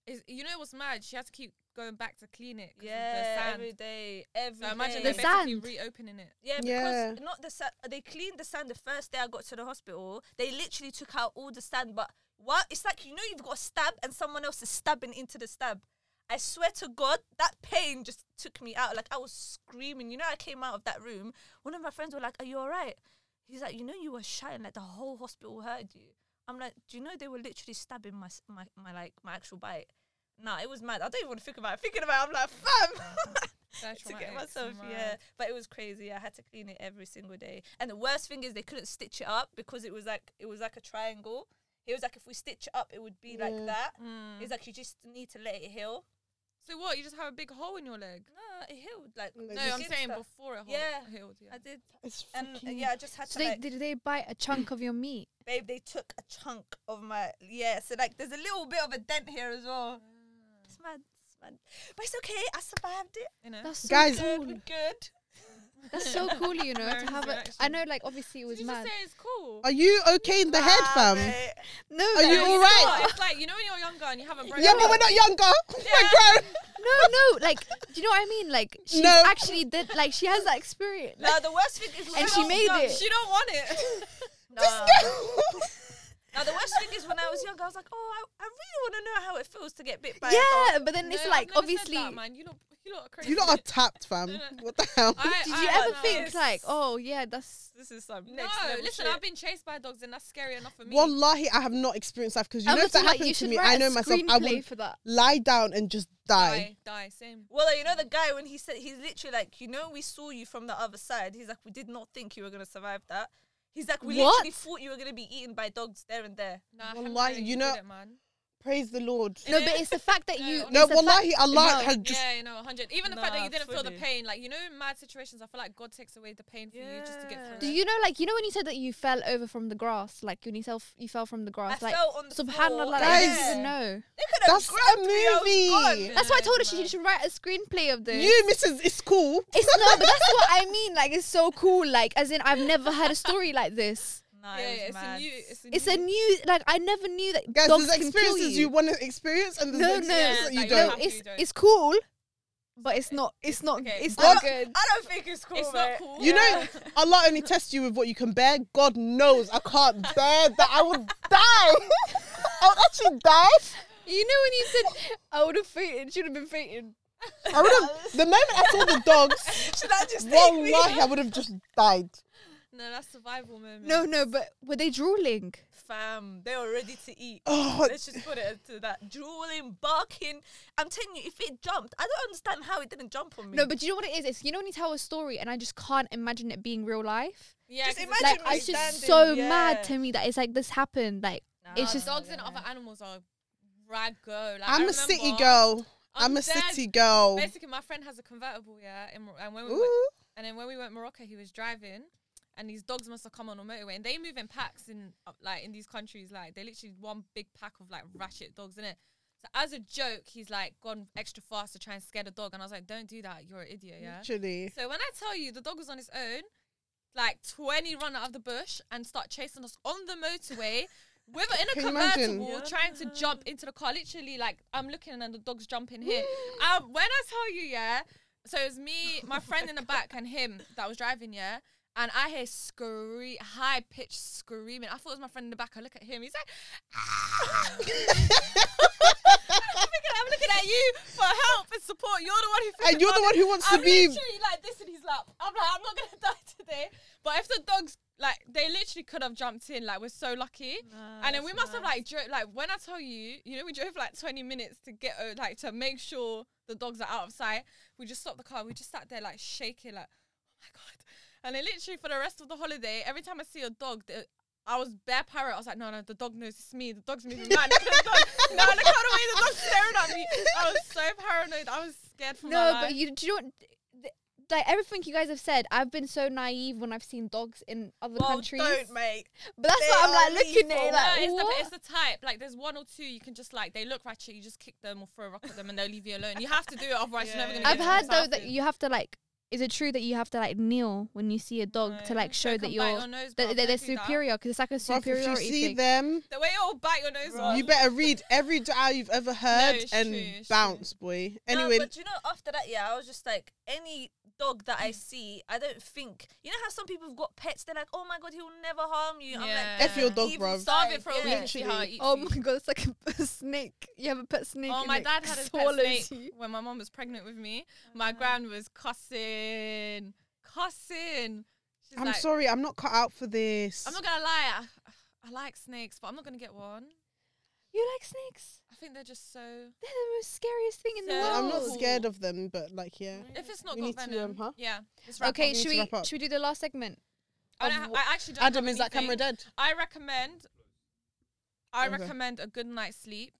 Speaker 2: Is, you know what's mad? She had to keep going back to clean it. 'cause
Speaker 3: Yeah,
Speaker 2: of the
Speaker 3: every
Speaker 2: sand.
Speaker 3: day, every
Speaker 2: So imagine
Speaker 3: day.
Speaker 2: they're
Speaker 4: The
Speaker 2: basically
Speaker 4: sand.
Speaker 2: reopening it.
Speaker 3: yeah, because
Speaker 1: Yeah.
Speaker 3: not the sand. They cleaned the sand the first day I got to the hospital. They literally took out all the sand, but what? It's like you know you've got a stab and someone else is stabbing into the stab. I swear to God, that pain just took me out. Like I was screaming. You know, I came out of that room. One of my friends were like, "Are you alright?" He's like, "You know, you were shouting like the whole hospital heard you." I'm like, "Do you know they were literally stabbing my s- my, my like my actual bite?" Nah, it was mad. I don't even want to think about it. Thinking about it, I'm like, fam.
Speaker 2: They're
Speaker 3: to get
Speaker 2: traumatic,
Speaker 3: myself,
Speaker 2: mad.
Speaker 3: yeah. But it was crazy. I had to clean it every single day. And the worst thing is they couldn't stitch it up because it was like it was like a triangle. It was like if we stitch it up, it would be
Speaker 1: Yeah.
Speaker 3: like that.
Speaker 2: Mm.
Speaker 3: It's like you just need to let it heal.
Speaker 2: So what? You just have a big hole in your leg?
Speaker 3: No, it healed. Like
Speaker 1: No,
Speaker 3: we
Speaker 1: Like
Speaker 2: No,
Speaker 1: you
Speaker 2: I'm
Speaker 3: did
Speaker 2: saying
Speaker 3: stuff.
Speaker 2: before it hol-
Speaker 3: Yeah.
Speaker 2: healed. Yeah.
Speaker 3: I did,
Speaker 1: It's
Speaker 3: and
Speaker 1: freaking.
Speaker 3: yeah, I just had
Speaker 4: So
Speaker 3: to.
Speaker 4: they,
Speaker 3: like,
Speaker 4: did they bite a chunk of your meat?
Speaker 3: babe, they took a chunk of my yeah. So like, there's a little bit of a dent here as well. It's mad, it's mad. But it's okay. I survived it.
Speaker 2: You know.
Speaker 4: That's so
Speaker 1: Guys-
Speaker 4: cool.
Speaker 3: Good, we're good.
Speaker 4: That's so cool, you know,
Speaker 2: Mary's
Speaker 4: to have a. I
Speaker 2: reaction.
Speaker 4: know, like obviously it was
Speaker 2: Did you
Speaker 4: mad.
Speaker 2: just say it's cool?
Speaker 1: Are you okay in the head,
Speaker 3: Ah,
Speaker 1: fam?
Speaker 3: mate.
Speaker 4: No,
Speaker 1: Are
Speaker 4: no,
Speaker 1: you
Speaker 2: No,
Speaker 1: all
Speaker 2: it's
Speaker 1: right?
Speaker 2: not. It's like you know when you're younger and you have a broken.
Speaker 1: Yeah, but we're not younger. we're grown.
Speaker 4: no, no. Like, do you know what I mean? Like, she
Speaker 1: No.
Speaker 4: actually did. Like, she has that experience.
Speaker 3: No, the worst thing is when
Speaker 4: And
Speaker 3: I
Speaker 4: she
Speaker 3: was
Speaker 4: made
Speaker 3: young-
Speaker 4: it.
Speaker 2: She don't want it.
Speaker 3: Nah. Now the worst thing is when I was young, I was like, oh, I, I really want to know how it feels to get bit by a
Speaker 4: yeah,
Speaker 3: dog.
Speaker 4: but then it's
Speaker 2: No, I've
Speaker 4: like
Speaker 2: never said
Speaker 4: obviously.
Speaker 2: that, man, you look, you look crazy.
Speaker 1: you lot are tapped, fam. What the hell?
Speaker 2: I-
Speaker 4: Did
Speaker 2: I
Speaker 4: you
Speaker 2: don't
Speaker 4: ever
Speaker 2: know.
Speaker 4: think like,
Speaker 3: Yes.
Speaker 4: oh yeah, that's
Speaker 3: This is some
Speaker 2: No,
Speaker 3: next level
Speaker 2: listen,
Speaker 3: shit.
Speaker 2: I've been chased by dogs, and that's scary enough for me.
Speaker 1: Wallahi, I have not experienced life because you
Speaker 4: I'm
Speaker 1: know if that
Speaker 4: like,
Speaker 1: happened
Speaker 4: you
Speaker 1: to
Speaker 4: should
Speaker 1: me,
Speaker 4: write
Speaker 1: I
Speaker 4: a
Speaker 1: know myself. I
Speaker 4: screenplay
Speaker 1: would
Speaker 4: for that.
Speaker 1: lie down and just die.
Speaker 2: die, die, same.
Speaker 3: well, you know the guy when he said he's literally like, you know, we saw you from the other side. He's like, we did not think you were gonna survive that. He's like, we
Speaker 4: What?
Speaker 3: literally thought you were gonna be eaten by dogs there and there.
Speaker 2: Nah, I haven't
Speaker 1: Wallahi,
Speaker 2: really
Speaker 1: you
Speaker 2: did
Speaker 1: know-
Speaker 2: it, man.
Speaker 1: Praise the Lord.
Speaker 4: No, but it's the fact that
Speaker 2: No,
Speaker 4: you.
Speaker 2: honestly.
Speaker 1: No,
Speaker 4: it's the fact-
Speaker 1: wallahi, Allah
Speaker 4: no.
Speaker 1: had just.
Speaker 2: yeah, you know, 100. Even the fact that
Speaker 3: Nah,
Speaker 2: you didn't feel the
Speaker 3: fully.
Speaker 2: pain, like you know, in mad situations, I feel like God takes away the pain for you just to get through.
Speaker 3: Yeah.
Speaker 4: Do
Speaker 2: it.
Speaker 4: you know, like you know, when you said that you fell over from the grass, like when you self you fell from the grass,
Speaker 3: I
Speaker 4: like
Speaker 3: fell on the floor.
Speaker 4: subhanallah, like, I
Speaker 1: Guys.
Speaker 4: didn't even know.
Speaker 3: They could have
Speaker 1: That's a
Speaker 3: grabbed me. I was
Speaker 1: movie.
Speaker 3: gone.
Speaker 4: That's why I told her
Speaker 2: man.
Speaker 4: she should write a screenplay of this.
Speaker 1: You, Mrs. It's cool.
Speaker 4: It's no, but that's what I mean. Like it's so cool. Like as in, I've never had a story like this.
Speaker 3: Nah,
Speaker 2: Yeah,
Speaker 3: it
Speaker 2: yeah,
Speaker 3: was
Speaker 2: it's a
Speaker 3: mad.
Speaker 2: new, it's a
Speaker 4: It's
Speaker 2: new.
Speaker 4: a new. Like I never knew that
Speaker 1: Guys,
Speaker 4: dogs
Speaker 1: there's
Speaker 4: can
Speaker 1: experiences you.
Speaker 4: kill you.
Speaker 1: want to experience and there's
Speaker 4: No, no,
Speaker 1: experiences that
Speaker 2: Yeah,
Speaker 1: you
Speaker 2: like,
Speaker 1: don't.
Speaker 4: no,
Speaker 2: have to,
Speaker 4: it's
Speaker 2: you don't.
Speaker 4: it's cool, but it's not. It's not.
Speaker 2: okay.
Speaker 4: It's
Speaker 1: I
Speaker 4: not
Speaker 1: don't-
Speaker 4: good.
Speaker 3: I don't think it's cool.
Speaker 2: It's not
Speaker 3: mate.
Speaker 2: cool.
Speaker 1: You know, Allah only tests you with what you can bear. God knows I can't bear that. I would die. I would actually die.
Speaker 4: You know when you said I would have fainted, should have been fainted.
Speaker 1: I would have. The moment I saw the dogs,
Speaker 3: Should I just take me?
Speaker 1: wallahi, I would have just died.
Speaker 2: No, No, that's survival moment.
Speaker 4: No, no, but were they drooling?
Speaker 3: Fam, they were ready to eat.
Speaker 1: Oh,
Speaker 3: Let's just put it to that. Drooling, barking. I'm telling you, if it jumped, I don't understand how it didn't jump on me.
Speaker 4: No, but you know what it is? It's you know when you tell a story and I just can't imagine it being real life.
Speaker 2: yeah,
Speaker 3: just
Speaker 2: 'cause it's
Speaker 3: imagine
Speaker 4: Like
Speaker 3: me
Speaker 4: it's just
Speaker 3: standing,
Speaker 4: so mad
Speaker 3: yeah.
Speaker 4: to me that it's like this happened. Like it's
Speaker 2: Nah,
Speaker 4: just-
Speaker 2: dogs and other animals are rag go. Like, I
Speaker 1: I'm a city
Speaker 2: remember-
Speaker 1: girl.
Speaker 2: I'm
Speaker 1: I'm a
Speaker 2: dead.
Speaker 1: city girl.
Speaker 2: Basically, my friend has a convertible, yeah, in, Mor- and when we went,
Speaker 1: Ooh.
Speaker 2: and then when we went Morocco, he was driving, and these dogs must have come on the motorway, and they move in packs in uh, like in these countries, like they're literally one big pack of like ratchet dogs in it. So as a joke, he's like gone extra fast to try and scare the dog, and I was like, "Don't do that, you're an idiot." Yeah.
Speaker 1: Literally.
Speaker 2: So when I tell you the dog was on its own, like 20 run out of the bush and start chasing us on the motorway with in a
Speaker 1: Can you imagine?
Speaker 2: convertible trying to jump into the car. Literally, like I'm looking and the dog's jumping here. um, when I tell you, yeah, so it was me, my friend in the back, and him that was driving, yeah. And I hear scree high pitched screaming. I thought it was my friend in the back. I look at him. He's like, "Ah!" I'm, thinking, I'm looking at you for help and support. You're the one who.
Speaker 1: And
Speaker 2: thinking
Speaker 1: you're the
Speaker 2: about
Speaker 1: one who wants
Speaker 2: I'm
Speaker 1: to be.
Speaker 2: literally like this in his lap. I'm like, I'm not gonna die today. But if the dogs like they literally could have jumped in, like we're so lucky.
Speaker 3: Uh,
Speaker 2: and then we must have like drove like when I tell you, you know, we drove like 20 minutes to get uh, like to make sure the dogs are out of sight. We just stopped the car, we just sat there like shaking, like, oh my god. And then literally for the rest of the holiday, every time I see a dog, the, I was bare parrot. I was like, no, no, the dog knows it's me. The dog's moving mad. Look at the dog. No, look at the way the dog's staring at me. I was so paranoid. I was scared for my
Speaker 4: No,
Speaker 2: life.
Speaker 4: but you do you know what- th- like everything you guys have said, I've been so naive when I've seen dogs in other
Speaker 3: well,
Speaker 4: countries.
Speaker 3: don't, mate.
Speaker 4: But that's
Speaker 3: They
Speaker 4: what I'm
Speaker 3: are
Speaker 4: like looking at
Speaker 3: lethal.
Speaker 4: it,
Speaker 2: No,
Speaker 4: like
Speaker 2: it's the,
Speaker 4: what?
Speaker 2: it's the type. Like, there's one or two you can just like they look ratchet. You just kick them or throw a rock at them, and they'll leave you alone. You have to do it, otherwise you're never
Speaker 3: Yeah.
Speaker 2: gonna.
Speaker 4: I've
Speaker 2: get
Speaker 4: heard
Speaker 2: yourself
Speaker 4: though that
Speaker 2: in.
Speaker 4: you have to like. Is it true that you have to like kneel when you see a dog to
Speaker 2: No.
Speaker 4: like show
Speaker 2: They
Speaker 4: that
Speaker 2: can
Speaker 4: you're
Speaker 2: bite your nose,
Speaker 4: that,
Speaker 2: bruv,
Speaker 4: that they're
Speaker 2: don't do that.
Speaker 4: superior? Because it's like a
Speaker 1: Bruv, if
Speaker 4: superiority
Speaker 1: you see
Speaker 4: thing.
Speaker 1: them,
Speaker 2: The way it'll bite your nose
Speaker 3: Bruh.
Speaker 2: off.
Speaker 1: you better read every dua you've ever heard
Speaker 2: it's
Speaker 1: and
Speaker 2: true, it's true.
Speaker 1: bounce, boy.
Speaker 3: No,
Speaker 1: Anyway,
Speaker 3: but you know, after that, yeah, I was just like, any dog that
Speaker 4: Mm.
Speaker 3: I see, I don't think. You know how some people have got pets? They're like, oh my god, he will never harm you. I'm
Speaker 2: Yeah.
Speaker 3: like,
Speaker 1: F your dog,
Speaker 3: evil
Speaker 1: bruv.
Speaker 2: Starve
Speaker 3: side,
Speaker 2: it for a
Speaker 3: yeah.
Speaker 2: week and see how it
Speaker 1: Literally.
Speaker 2: eats
Speaker 4: Oh
Speaker 2: you.
Speaker 4: my god, it's like a, snake. You have a pet snake.
Speaker 2: Oh,
Speaker 4: and
Speaker 2: my
Speaker 4: it
Speaker 2: dad had his pet
Speaker 4: swallows
Speaker 2: snake
Speaker 4: you. Uh-huh.
Speaker 2: when my mom was pregnant with me. My gran was cussing, cussing. She's
Speaker 1: I'm
Speaker 2: like,
Speaker 1: sorry, I'm not cut out for this.
Speaker 2: I'm not gonna lie. I, I like snakes, but I'm not gonna get one.
Speaker 4: You like snakes?
Speaker 2: I think they're just so.
Speaker 4: They're the most scariest thing in the
Speaker 2: So-
Speaker 1: I'm
Speaker 4: world.
Speaker 1: not
Speaker 2: Oh.
Speaker 1: scared of them, but like, yeah.
Speaker 2: If it's not
Speaker 1: We
Speaker 2: got
Speaker 1: need to, um,
Speaker 2: venom,
Speaker 1: huh?
Speaker 2: yeah. Mm, let's wrap
Speaker 4: Okay,
Speaker 2: up.
Speaker 1: need
Speaker 4: should
Speaker 1: to
Speaker 4: we
Speaker 1: wrap up.
Speaker 4: should we do the last segment?
Speaker 2: I,
Speaker 4: of
Speaker 2: don't, ha-
Speaker 4: what-
Speaker 2: I actually don't
Speaker 1: Adam,
Speaker 2: have
Speaker 1: is that camera
Speaker 2: anything.
Speaker 1: dead?
Speaker 2: I recommend. I
Speaker 1: Okay.
Speaker 2: recommend a good night's sleep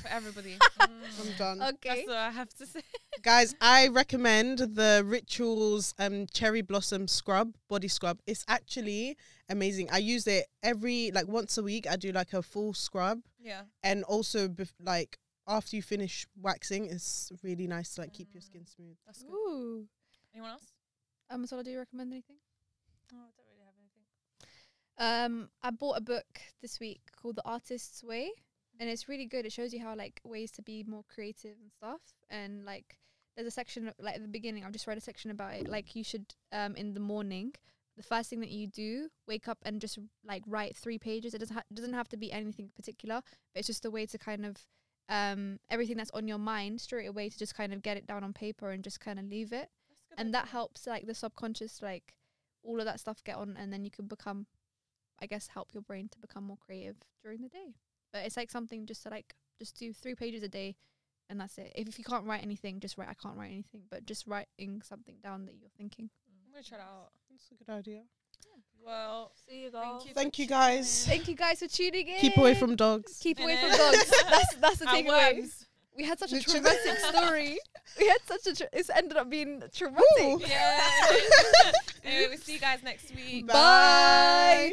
Speaker 2: for everybody.
Speaker 1: I'm done.
Speaker 4: okay.
Speaker 2: That's all I have to say.
Speaker 1: Guys, I recommend the Rituals um Cherry Blossom Scrub Body Scrub. It's actually amazing. I use it every like once a week. I do like a full scrub,
Speaker 2: Yeah.
Speaker 1: and also bef- like after you finish waxing, it's really nice to like keep your skin smooth.
Speaker 2: That's good.
Speaker 4: Ooh.
Speaker 2: Anyone else?
Speaker 4: Um, so do you recommend anything?
Speaker 3: Oh, I don't really have anything.
Speaker 4: Um, I bought a book this week called The Artist's Way, and it's really good. It shows you how like ways to be more creative and stuff. And like, there's a section of- like at the beginning. I've just read a section about it. Like, you should um in the morning, the first thing that you do, wake up and just like write three pages. It doesn't ha- doesn't have to be anything particular, but it's just a way to kind of um everything that's on your mind straight away to just kind of get it down on paper and just kind of leave it and that helps like the subconscious like all of that stuff get on and then you can become i guess help your brain to become more creative during the day but it's like something just to like just do three pages a day and that's it if, if you can't write anything just write i can't write anything but just writing something down that you're thinking
Speaker 2: I'm gonna try that out.
Speaker 1: That's a good idea.
Speaker 2: Well,
Speaker 3: See you
Speaker 2: thank you.
Speaker 1: Thank
Speaker 2: for
Speaker 1: you, guys.
Speaker 2: tuning
Speaker 4: thank you guys for tuning in
Speaker 1: Keep away from dogs.
Speaker 4: keep away from
Speaker 2: And-
Speaker 4: dogs that's that's the
Speaker 2: in. And
Speaker 4: takeaway
Speaker 2: worms.
Speaker 4: we had such a
Speaker 1: Literally.
Speaker 4: traumatic story we had such a tra- it's ended up being traumatic
Speaker 2: Yeah. anyway, we'll see you guys next week.
Speaker 1: Bye.